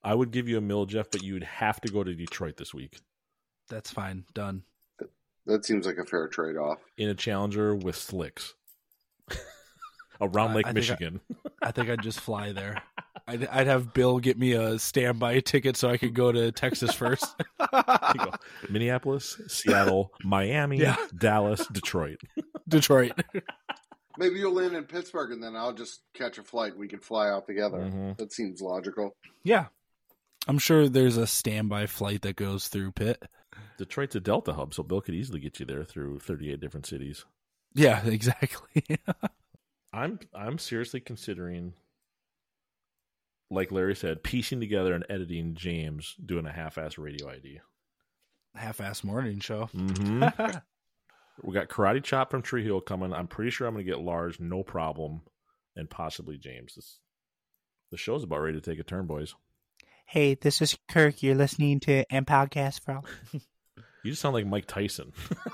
Speaker 12: I would give you a mill, Jeff, but you'd have to go to Detroit this week
Speaker 13: That's fine. Done.
Speaker 14: That seems like a fair trade off.
Speaker 12: in a Challenger with slicks around
Speaker 13: (laughs) I-
Speaker 12: Lake
Speaker 13: I think I-
Speaker 12: Michigan.
Speaker 13: I think I'd just fly (laughs) there. I'd, I'd have Bill get me a standby ticket so I could go to Texas (laughs) first.
Speaker 12: Minneapolis,
Speaker 13: (laughs)
Speaker 12: Seattle, Miami,
Speaker 13: Yeah.
Speaker 12: Dallas, Detroit.
Speaker 13: Detroit.
Speaker 14: Maybe you'll land in Pittsburgh and then I'll just catch a flight. We can fly out together.
Speaker 12: Mhm.
Speaker 14: That seems logical.
Speaker 13: Yeah. I'm sure there's a standby flight that goes through Pitt.
Speaker 12: Detroit's a Delta hub, so Bill could easily get you there through 38 different cities.
Speaker 13: Yeah, (laughs) exactly.
Speaker 12: I'm I'm seriously considering, like Larry said, piecing together and editing James doing a half-ass radio ID.
Speaker 13: Half-ass morning show.
Speaker 12: Mm-hmm. we got Karate Chop from Tree Hill coming. I'm pretty sure I'm going to get large, no problem, and possibly James. This, the show's about ready to take a turn, boys.
Speaker 6: Hey, this is Kirk. You're listening to M Podcast
Speaker 13: (laughs)
Speaker 6: from
Speaker 12: You just sound like Mike Tyson. (laughs)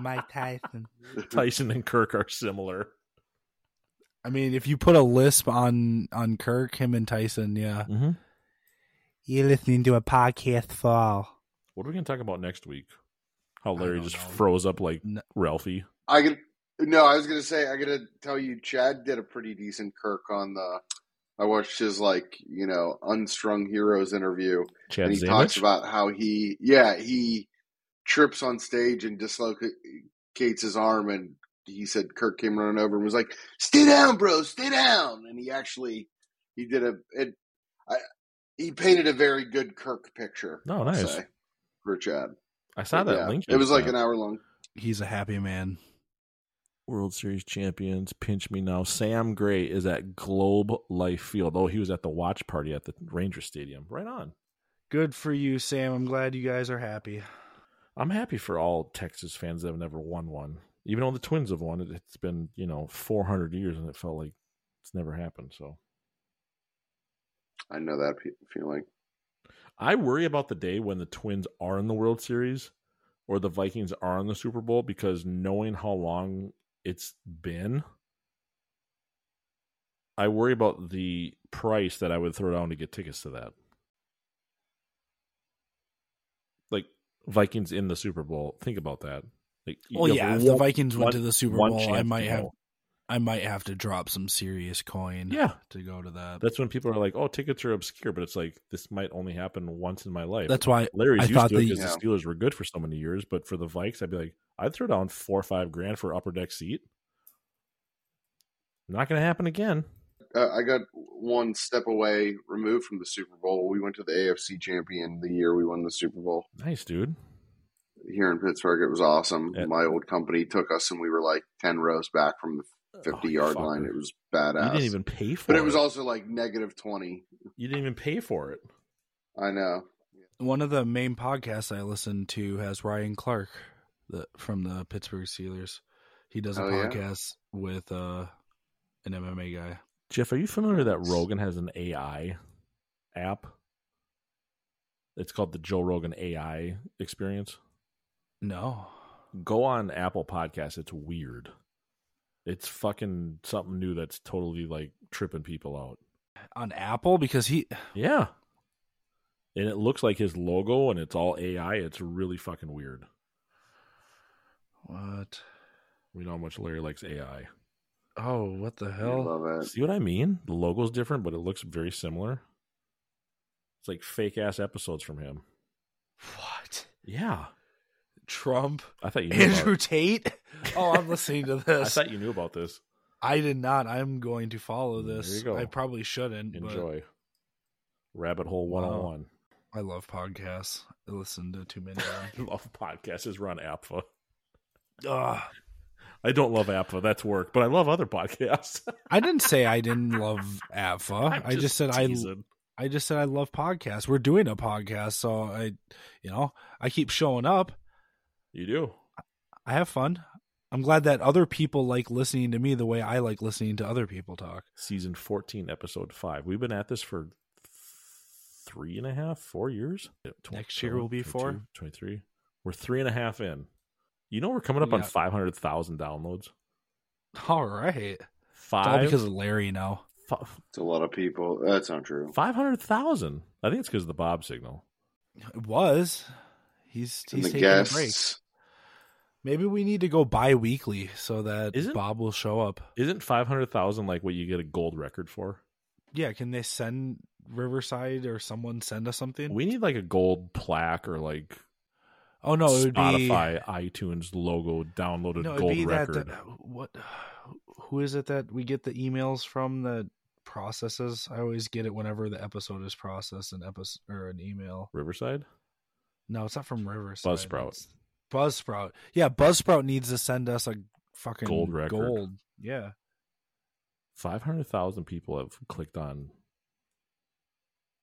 Speaker 6: Mike Tyson.
Speaker 12: Tyson and Kirk are similar.
Speaker 13: I mean, if you put a lisp on on Kirk, him and Tyson, yeah.
Speaker 12: Mm-hmm.
Speaker 6: You're listening to a podcast for
Speaker 12: What are we going to talk about next week? How Larry just froze up like Ralphie.
Speaker 14: I could. No, I was gonna say I gotta tell you, Chad did a pretty decent Kirk on the. I watched his like you know unstrung heroes interview,
Speaker 12: Chad
Speaker 14: and he
Speaker 12: Zanuch?
Speaker 14: talks about how he yeah he trips on stage and dislocates his arm, and he said Kirk came running over and was like, "Stay down, bro, stay down," and he actually he did a it, I, he painted a very good Kirk picture.
Speaker 12: Oh,
Speaker 14: I'll
Speaker 12: nice.
Speaker 14: say, for Chad.
Speaker 12: I saw that
Speaker 14: Yeah,
Speaker 12: link.
Speaker 14: It was like
Speaker 12: an
Speaker 14: an hour long.
Speaker 13: He's a happy man.
Speaker 12: World Series champions, pinch me now. Sam Gray is at Globe Life Field. Oh, he was at the watch party at the Ranger Stadium. Right on.
Speaker 13: Good for you, Sam. I'm glad you guys are happy.
Speaker 12: I'm happy for all Texas fans that have never won one. Even though the Twins have won it, it's been, you know, 400 years and it felt like it's never happened. So
Speaker 14: I know that pe- feeling.
Speaker 12: I worry about the day when the Twins are in the World Series or the Vikings are in the Super Bowl because knowing how long it's been, I worry about the price that I would throw down to get tickets to that. Like Vikings in the Super Bowl, think about that. Like, you
Speaker 13: Well,
Speaker 12: have
Speaker 13: yeah. If
Speaker 12: one-
Speaker 13: the Vikings went
Speaker 12: one-
Speaker 13: to the Super
Speaker 12: one
Speaker 13: Bowl, I
Speaker 12: chance to
Speaker 13: might have,
Speaker 12: go.
Speaker 13: I might have to drop some serious coin.
Speaker 12: Yeah.
Speaker 13: to go to that.
Speaker 12: That's when people are like, "Oh, tickets are obscure," but it's like this might only happen once in my life.
Speaker 13: That's why
Speaker 12: Larry's
Speaker 13: I
Speaker 12: used
Speaker 13: thought
Speaker 12: to it
Speaker 13: the-
Speaker 12: because
Speaker 13: Yeah.
Speaker 12: the Steelers were good for so many years. But for the Vikes, I'd be like, I'd throw down four or five grand for upper deck seat. Not going to happen again.
Speaker 14: Uh, I got one step away removed from the Super Bowl. We went to the AFC champion the year we won the Super Bowl
Speaker 12: Nice, dude.
Speaker 14: here in Pittsburgh. It was awesome. My old company took us, and we were like ten rows back from the fifty yard line. It was badass.
Speaker 12: Oh, You didn't even pay for
Speaker 14: but
Speaker 12: it.
Speaker 14: it was also like negative twenty.
Speaker 12: You didn't even pay for it.
Speaker 14: I know.
Speaker 13: One of the main podcasts I listen to has Ryan Clark, the from the Pittsburgh Steelers. He does a
Speaker 12: Oh, yeah?
Speaker 13: podcast with uh, an MMA guy.
Speaker 12: Jeff, are you familiar that Rogan has an AI app? It's called the Joe Rogan AI Experience.
Speaker 13: No.
Speaker 12: Go on Apple Podcasts. It's weird. It's fucking something new that's totally like tripping people out.
Speaker 13: On Apple because he
Speaker 12: Yeah. And it looks like his logo and it's all AI. It's really fucking weird.
Speaker 13: What?
Speaker 12: We know how much Larry likes AI.
Speaker 13: Oh, what the hell?
Speaker 12: See what I mean? The logo's different, but it looks very similar. It's like fake ass episodes from him.
Speaker 13: What?
Speaker 12: Yeah.
Speaker 13: Trump.
Speaker 12: I thought you knew
Speaker 13: Andrew
Speaker 12: about it.
Speaker 13: Tate. Oh, I'm
Speaker 12: (laughs)
Speaker 13: listening to
Speaker 12: I
Speaker 13: this. I,
Speaker 12: thought you knew about this.
Speaker 13: did not. I'm going to follow this.
Speaker 12: There you go.
Speaker 13: I probably shouldn't. but-
Speaker 12: Enjoy. Rabbit Hole
Speaker 13: Wow.
Speaker 12: 101.
Speaker 13: I love podcasts. I listen to too many of
Speaker 12: them. (laughs) love podcasts is run APFA.
Speaker 13: Ugh.
Speaker 12: I don't love APFA. That's work, but I love other podcasts. (laughs)
Speaker 13: I didn't say I didn't love AFA.
Speaker 12: I'm
Speaker 13: I just
Speaker 12: just
Speaker 13: said
Speaker 12: teasing.
Speaker 13: I I just said I love podcasts. We're doing a podcast, so I you know, I keep showing up.
Speaker 12: You do.
Speaker 13: I have fun. I'm glad that other people like listening to me the way I like listening to other people talk.
Speaker 12: Season 14, episode 5. We've been at this for three and a half, four years.
Speaker 13: Next year will be four.
Speaker 12: 22, 23. We're three and a half in. You know, we're coming up on
Speaker 13: Yeah.
Speaker 12: 500,000 downloads.
Speaker 13: All right.
Speaker 12: Five
Speaker 13: all because of Larry now.
Speaker 14: It's a lot of people. That's not true.
Speaker 12: Five hundred thousand. I think it's because of the Bob signal.
Speaker 13: It was. He's
Speaker 14: And
Speaker 13: he's
Speaker 14: the
Speaker 13: taking a break.
Speaker 14: guests.
Speaker 13: Maybe we need to go bi-weekly so that
Speaker 12: Isn't-
Speaker 13: Bob will show up.
Speaker 12: Isn't five hundred thousand like what you get a gold record for?
Speaker 13: Yeah, can they send Riverside or someone send us something?
Speaker 12: We need like a gold plaque or like
Speaker 13: oh no, it would
Speaker 12: Spotify, iTunes logo
Speaker 13: be
Speaker 12: downloaded
Speaker 13: no, it'd
Speaker 12: gold
Speaker 13: be that
Speaker 12: record.
Speaker 13: the- what? (sighs) Who is it that we get the emails from that processes? I always get it whenever the episode is processed an episode or an email.
Speaker 12: Riverside,
Speaker 13: No, it's not from Riverside.
Speaker 12: Buzzsprout,
Speaker 13: Buzzsprout. Yeah, Buzzsprout needs to send us a fucking
Speaker 12: Gold record.
Speaker 13: Gold. Yeah.
Speaker 12: five hundred thousand people have clicked on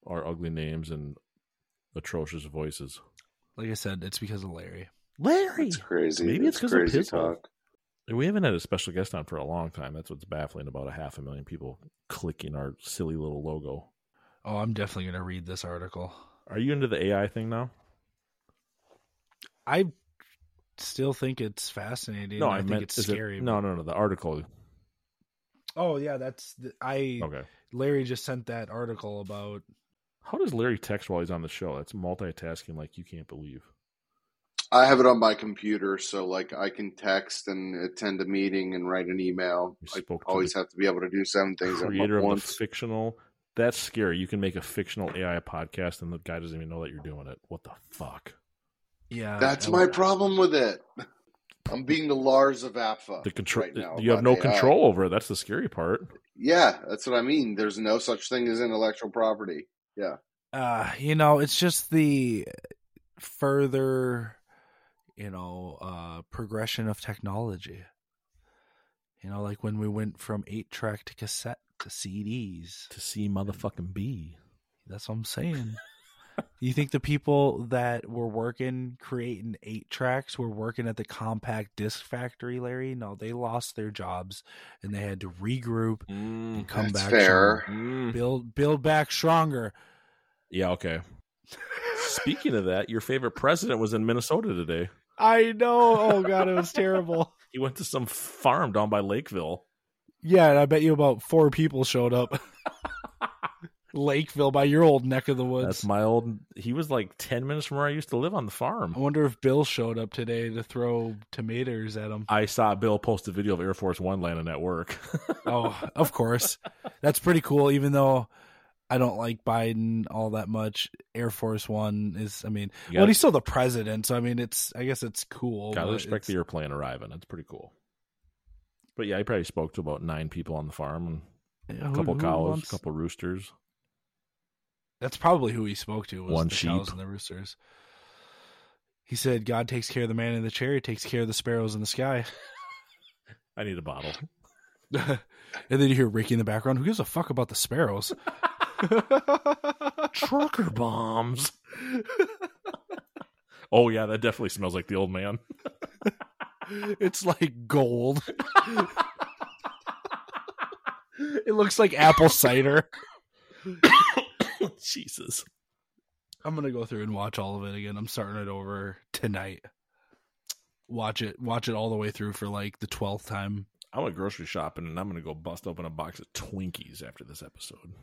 Speaker 12: our ugly names and atrocious voices.
Speaker 13: Like I said, it's because of Larry.
Speaker 12: Larry,
Speaker 14: It's crazy.
Speaker 12: Maybe it's
Speaker 14: That's
Speaker 12: 'cause of
Speaker 14: crazy
Speaker 12: Pitbull.
Speaker 14: talk.
Speaker 12: We haven't had a special guest on for a long time. That's what's baffling about a half a million people clicking our silly little logo.
Speaker 13: Oh, I'm definitely gonna read this article.
Speaker 12: Are you into the AI thing now?
Speaker 13: I still think it's fascinating. I, think
Speaker 12: meant-
Speaker 13: it's
Speaker 12: is it-
Speaker 13: scary.
Speaker 12: no, no, no. The article.
Speaker 13: Oh yeah, that's the, I.
Speaker 12: Okay.
Speaker 13: Larry just sent that article about.
Speaker 12: How does Larry text while he's on the show? That's multitasking like you can't believe.
Speaker 14: I have it on my computer, so like I can text and attend a meeting and write an email. I always have to be able to do seven things at
Speaker 12: Creator of the
Speaker 14: once.
Speaker 12: fictional. That's scary. You can make a fictional AI podcast, and the guy doesn't even know that you're doing it. What the fuck?
Speaker 13: Yeah,
Speaker 14: That's
Speaker 13: I-
Speaker 14: my problem with it. I'm being the Lars of APFA.
Speaker 12: The control.
Speaker 14: right now
Speaker 12: you have no
Speaker 14: about AI.
Speaker 12: control over it. That's the scary part.
Speaker 14: Yeah, that's what I mean. There's no such thing as intellectual property. Yeah.
Speaker 13: Uh, you know, it's just the further, you know, uh, progression of technology. You know, like when we went from eight track to cassette to CDs.
Speaker 12: To see motherfucking B.
Speaker 13: That's what I'm saying. you think the people that were working creating eight tracks were working at the compact disc factory, Larry? No, they lost their jobs and they had to regroup and come
Speaker 14: that's
Speaker 13: back
Speaker 14: fair.
Speaker 13: stronger. Build build back stronger.
Speaker 12: Yeah. Okay. Speaking of that, your favorite president was in Minnesota today.
Speaker 13: I know. Oh god, it was terrible.
Speaker 12: He went to some farm down by Lakeville.
Speaker 13: Yeah, and I bet you about four people showed up. (laughs) Lakeville by your old neck of the woods.
Speaker 12: That's my old. He was like ten minutes from where I used to live on the farm.
Speaker 13: I wonder if Bill showed up today to throw tomatoes at him.
Speaker 12: I saw Bill post a video of Air Force One landing at work. (laughs)
Speaker 13: oh, of course. That's pretty cool, even though I don't like Biden all that much. Air Force One is, I mean,
Speaker 12: You
Speaker 13: well,
Speaker 12: gotta-
Speaker 13: he's still the president, so I mean, it's, I guess it's cool.
Speaker 12: Gotta
Speaker 13: but
Speaker 12: respect the
Speaker 13: it's-
Speaker 12: airplane arriving. That's pretty cool. But yeah, I probably spoke to about nine people on the farm and
Speaker 13: Yeah,
Speaker 12: a
Speaker 13: who-
Speaker 12: couple
Speaker 13: Oh, who
Speaker 12: cows,
Speaker 13: wants-
Speaker 12: a couple roosters.
Speaker 13: That's probably who he spoke to was
Speaker 12: One
Speaker 13: the cows
Speaker 12: sheep.
Speaker 13: and the roosters. He said, God takes care of the man in the chair, he takes care of the sparrows in the sky.
Speaker 12: I need a bottle.
Speaker 13: (laughs) and then you hear Ricky in the background. Who gives a fuck about the sparrows? (laughs)
Speaker 12: Trucker bombs. (laughs) oh yeah, that definitely smells like the old
Speaker 13: (laughs)
Speaker 12: man. (laughs)
Speaker 13: it's like gold. it looks like apple cider.
Speaker 12: Jesus.
Speaker 13: I'm gonna go through and watch all of it again. I'm starting it over tonight. Watch it, watch it all the way through for like the twelfth time.
Speaker 12: I went grocery shopping and I'm gonna go bust open a box of Twinkies after this episode.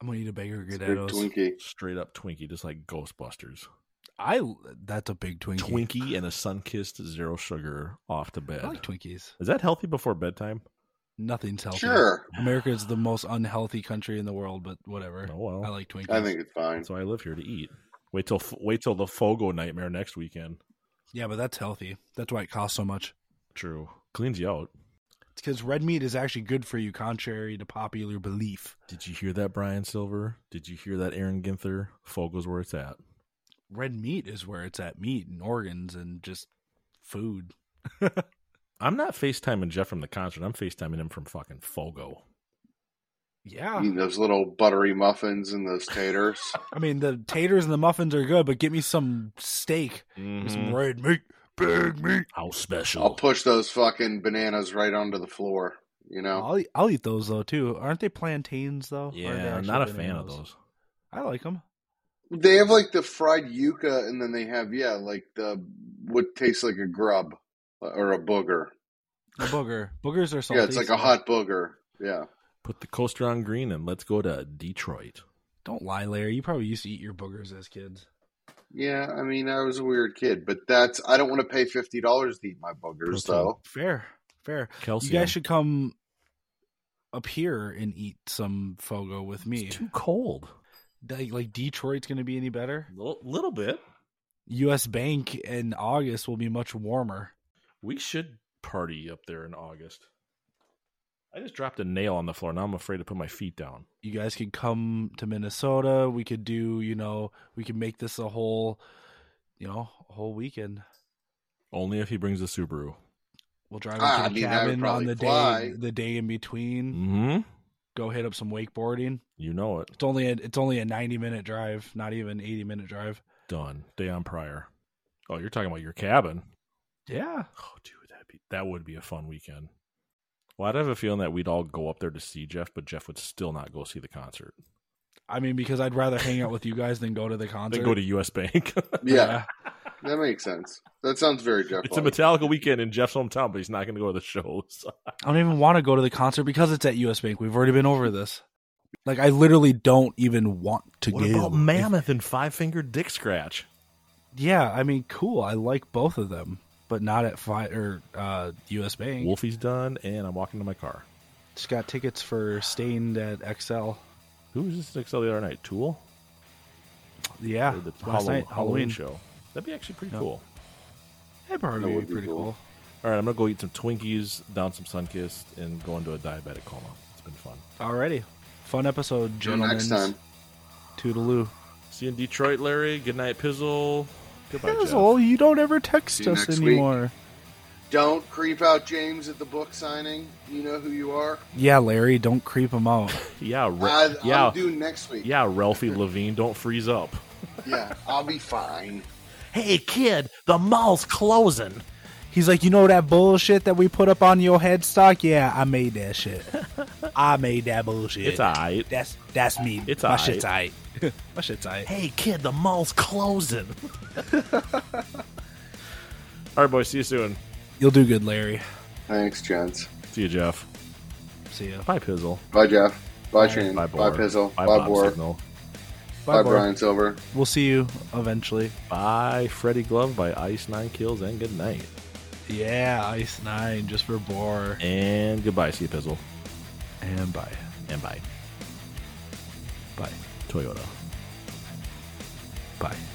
Speaker 13: I'm gonna eat a bag of
Speaker 14: Big
Speaker 13: Granados.
Speaker 14: Twinkie.
Speaker 12: Straight up Twinkie, just like Ghostbusters.
Speaker 13: I that's a big Twinkie.
Speaker 12: Twinkie and a sun kissed zero sugar off to bed.
Speaker 13: I like Twinkies.
Speaker 12: Is that healthy before bedtime?
Speaker 13: Nothing's healthy.
Speaker 14: Sure.
Speaker 13: America is the most unhealthy country in the world, but whatever.
Speaker 12: Oh well.
Speaker 13: I like Twinkies.
Speaker 14: I think it's fine.
Speaker 12: So I live here to eat. Wait till wait till the Fogo nightmare next weekend.
Speaker 13: Yeah, but that's healthy. That's why it costs so much.
Speaker 12: True, cleans you out.
Speaker 13: It's because red meat is actually good for you, contrary to popular belief.
Speaker 12: Did you hear that, Brian Silver? Did you hear that, Aaron Ginther? Fogo's where it's at.
Speaker 13: Red meat is where it's at meat and organs and just food.
Speaker 12: I'm not FaceTiming Jeff from the concert. I'm FaceTiming him from fucking Fogo.
Speaker 13: Yeah.
Speaker 14: Eating those little buttery muffins and those taters.
Speaker 13: I mean, the taters and the muffins are good, but get me some steak. Give me
Speaker 14: Mm-hmm.
Speaker 13: Some red meat. Big meat.
Speaker 12: How special?
Speaker 14: I'll push those fucking bananas right onto the floor. You know,
Speaker 13: I'll, eat, I'll eat those, though, too. Aren't they plantains, though? Or are they
Speaker 12: yeah, I'm
Speaker 13: actually
Speaker 12: not a fan of
Speaker 13: bananas?
Speaker 12: those.
Speaker 13: I like them.
Speaker 14: they have like the fried yuca, and then they have yeah, like the what tastes like a grub uh, or a booger.
Speaker 13: A booger. Boogers are salty.
Speaker 14: yeah, it's like
Speaker 13: so-
Speaker 14: a hot booger. Yeah.
Speaker 12: Put the coaster on green and let's go to Detroit.
Speaker 13: Don't lie, Larry. You probably used to eat your boogers as kids.
Speaker 14: Yeah, I mean, I was a weird kid, but that's I don't want to pay fifty dollars to eat my boogers though.
Speaker 13: Fair, fair.
Speaker 12: Calcium.
Speaker 13: You guys should come up here and eat some fogo with me.
Speaker 12: It's too cold.
Speaker 13: Like, like Detroit's going to be any better?
Speaker 12: Little, little bit.
Speaker 13: U.S. Bank in August will be much warmer.
Speaker 12: We should party up there in August. I just dropped a nail on the floor. Now I'm afraid to put my feet down.
Speaker 13: You guys could come to Minnesota. We could do, you know, we could make this a whole, you know, a whole weekend.
Speaker 12: Only if he brings a Subaru.
Speaker 13: We'll drive
Speaker 14: Ah,
Speaker 13: up
Speaker 14: I
Speaker 13: to the
Speaker 14: mean, that would
Speaker 13: cabin on
Speaker 14: probably
Speaker 13: the
Speaker 14: fly.
Speaker 13: day, the day in between.
Speaker 12: Mm-hmm.
Speaker 13: Go hit up some wakeboarding.
Speaker 12: You know it.
Speaker 13: It's only a, it's only a 90 minute drive, not even 80 minute drive.
Speaker 12: Done. Day on prior. Oh, you're talking about your cabin.
Speaker 13: Yeah.
Speaker 12: Oh, dude, that'd be that would be a fun weekend. Well, I'd have a feeling that we'd all go up there to see Jeff, but Jeff would still not go see the concert.
Speaker 13: I mean, because I'd rather hang out with you guys than go to the (laughs) concert.
Speaker 12: They go to U.S. Bank. (laughs)
Speaker 13: (laughs)
Speaker 14: Yeah, that makes sense. That sounds very Jeff.
Speaker 13: Oh,
Speaker 12: it's a Metallica weekend in Jeff's hometown, but he's not going to go to the shows. (laughs)
Speaker 13: I don't even want to go to the concert because it's at US Bank. We've already been over this. Like I literally don't even want to
Speaker 12: what
Speaker 13: go.
Speaker 12: about Mammoth and Five Finger Dick Scratch?
Speaker 13: yeah, I mean, cool. I like both of them, but not at five or uh, US Bank.
Speaker 12: Wolfie's done, and I'm walking to my car.
Speaker 13: Just got tickets for Stained at XL.
Speaker 12: Who was this next the other E night? Tool?
Speaker 13: Yeah,
Speaker 12: Or the
Speaker 13: Ah, last
Speaker 12: Hallow-
Speaker 13: night,
Speaker 12: Halloween
Speaker 13: Halloween.
Speaker 12: show. That'd be actually pretty
Speaker 13: Yeah.
Speaker 12: cool.
Speaker 13: That probably
Speaker 14: That
Speaker 13: would
Speaker 14: would
Speaker 13: be
Speaker 14: be
Speaker 13: pretty
Speaker 14: cool.
Speaker 13: cool.
Speaker 12: All right, I'm gonna go eat some Twinkies, down some Sunkist, and go into a diabetic coma. It's been fun.
Speaker 13: Alrighty, fun episode,
Speaker 14: Till
Speaker 13: gentlemen.
Speaker 14: next time.
Speaker 13: Toodaloo.
Speaker 12: See you in Detroit, Larry. Good night, Pizzle. Goodbye, Jeff.
Speaker 13: Pizzle, you don't ever text
Speaker 14: See you
Speaker 13: us
Speaker 14: next week.
Speaker 13: anymore.
Speaker 14: Don't creep out James at the book signing. You know who you are.
Speaker 13: Yeah, Larry, don't creep him out.
Speaker 12: Yeah, Ra-
Speaker 14: I,
Speaker 12: yeah,
Speaker 14: I'll do next week.
Speaker 12: yeah. Ralphie Levine, don't freeze up.
Speaker 14: yeah, I'll be fine.
Speaker 12: Hey, kid, the mall's closing.
Speaker 6: He's like, you know that bullshit that we put up on your headstock? Yeah, I made that
Speaker 12: (laughs)
Speaker 6: shit. I made that bullshit.
Speaker 12: It's alright.
Speaker 6: That's that's me.
Speaker 12: It's
Speaker 6: My
Speaker 12: alright.
Speaker 6: shit's tight.
Speaker 12: (laughs)
Speaker 6: My shit's tight.
Speaker 12: Hey, kid, the mall's closing. All right, boys. See you soon.
Speaker 13: You'll do good, Larry.
Speaker 14: Thanks, gents.
Speaker 12: See you, Jeff.
Speaker 13: See ya.
Speaker 12: Bye, Pizzle.
Speaker 14: Bye, Jeff. Bye, Shane. Bye,
Speaker 12: Bye, Boar.
Speaker 14: Pizzle. Bye,
Speaker 12: Bye,
Speaker 14: Boar.
Speaker 12: Bob Signal.
Speaker 14: Bye,
Speaker 13: Barb.
Speaker 14: Brian Silver.
Speaker 13: We'll see you eventually.
Speaker 12: Bye, Freddy Glove. By Ice Nine Kills. And good night.
Speaker 13: Yeah, Ice Nine just for bore.
Speaker 12: And goodbye. See you, Pizzle.
Speaker 13: And bye.
Speaker 12: And bye,
Speaker 13: Bye.
Speaker 12: Toyota.
Speaker 13: Bye.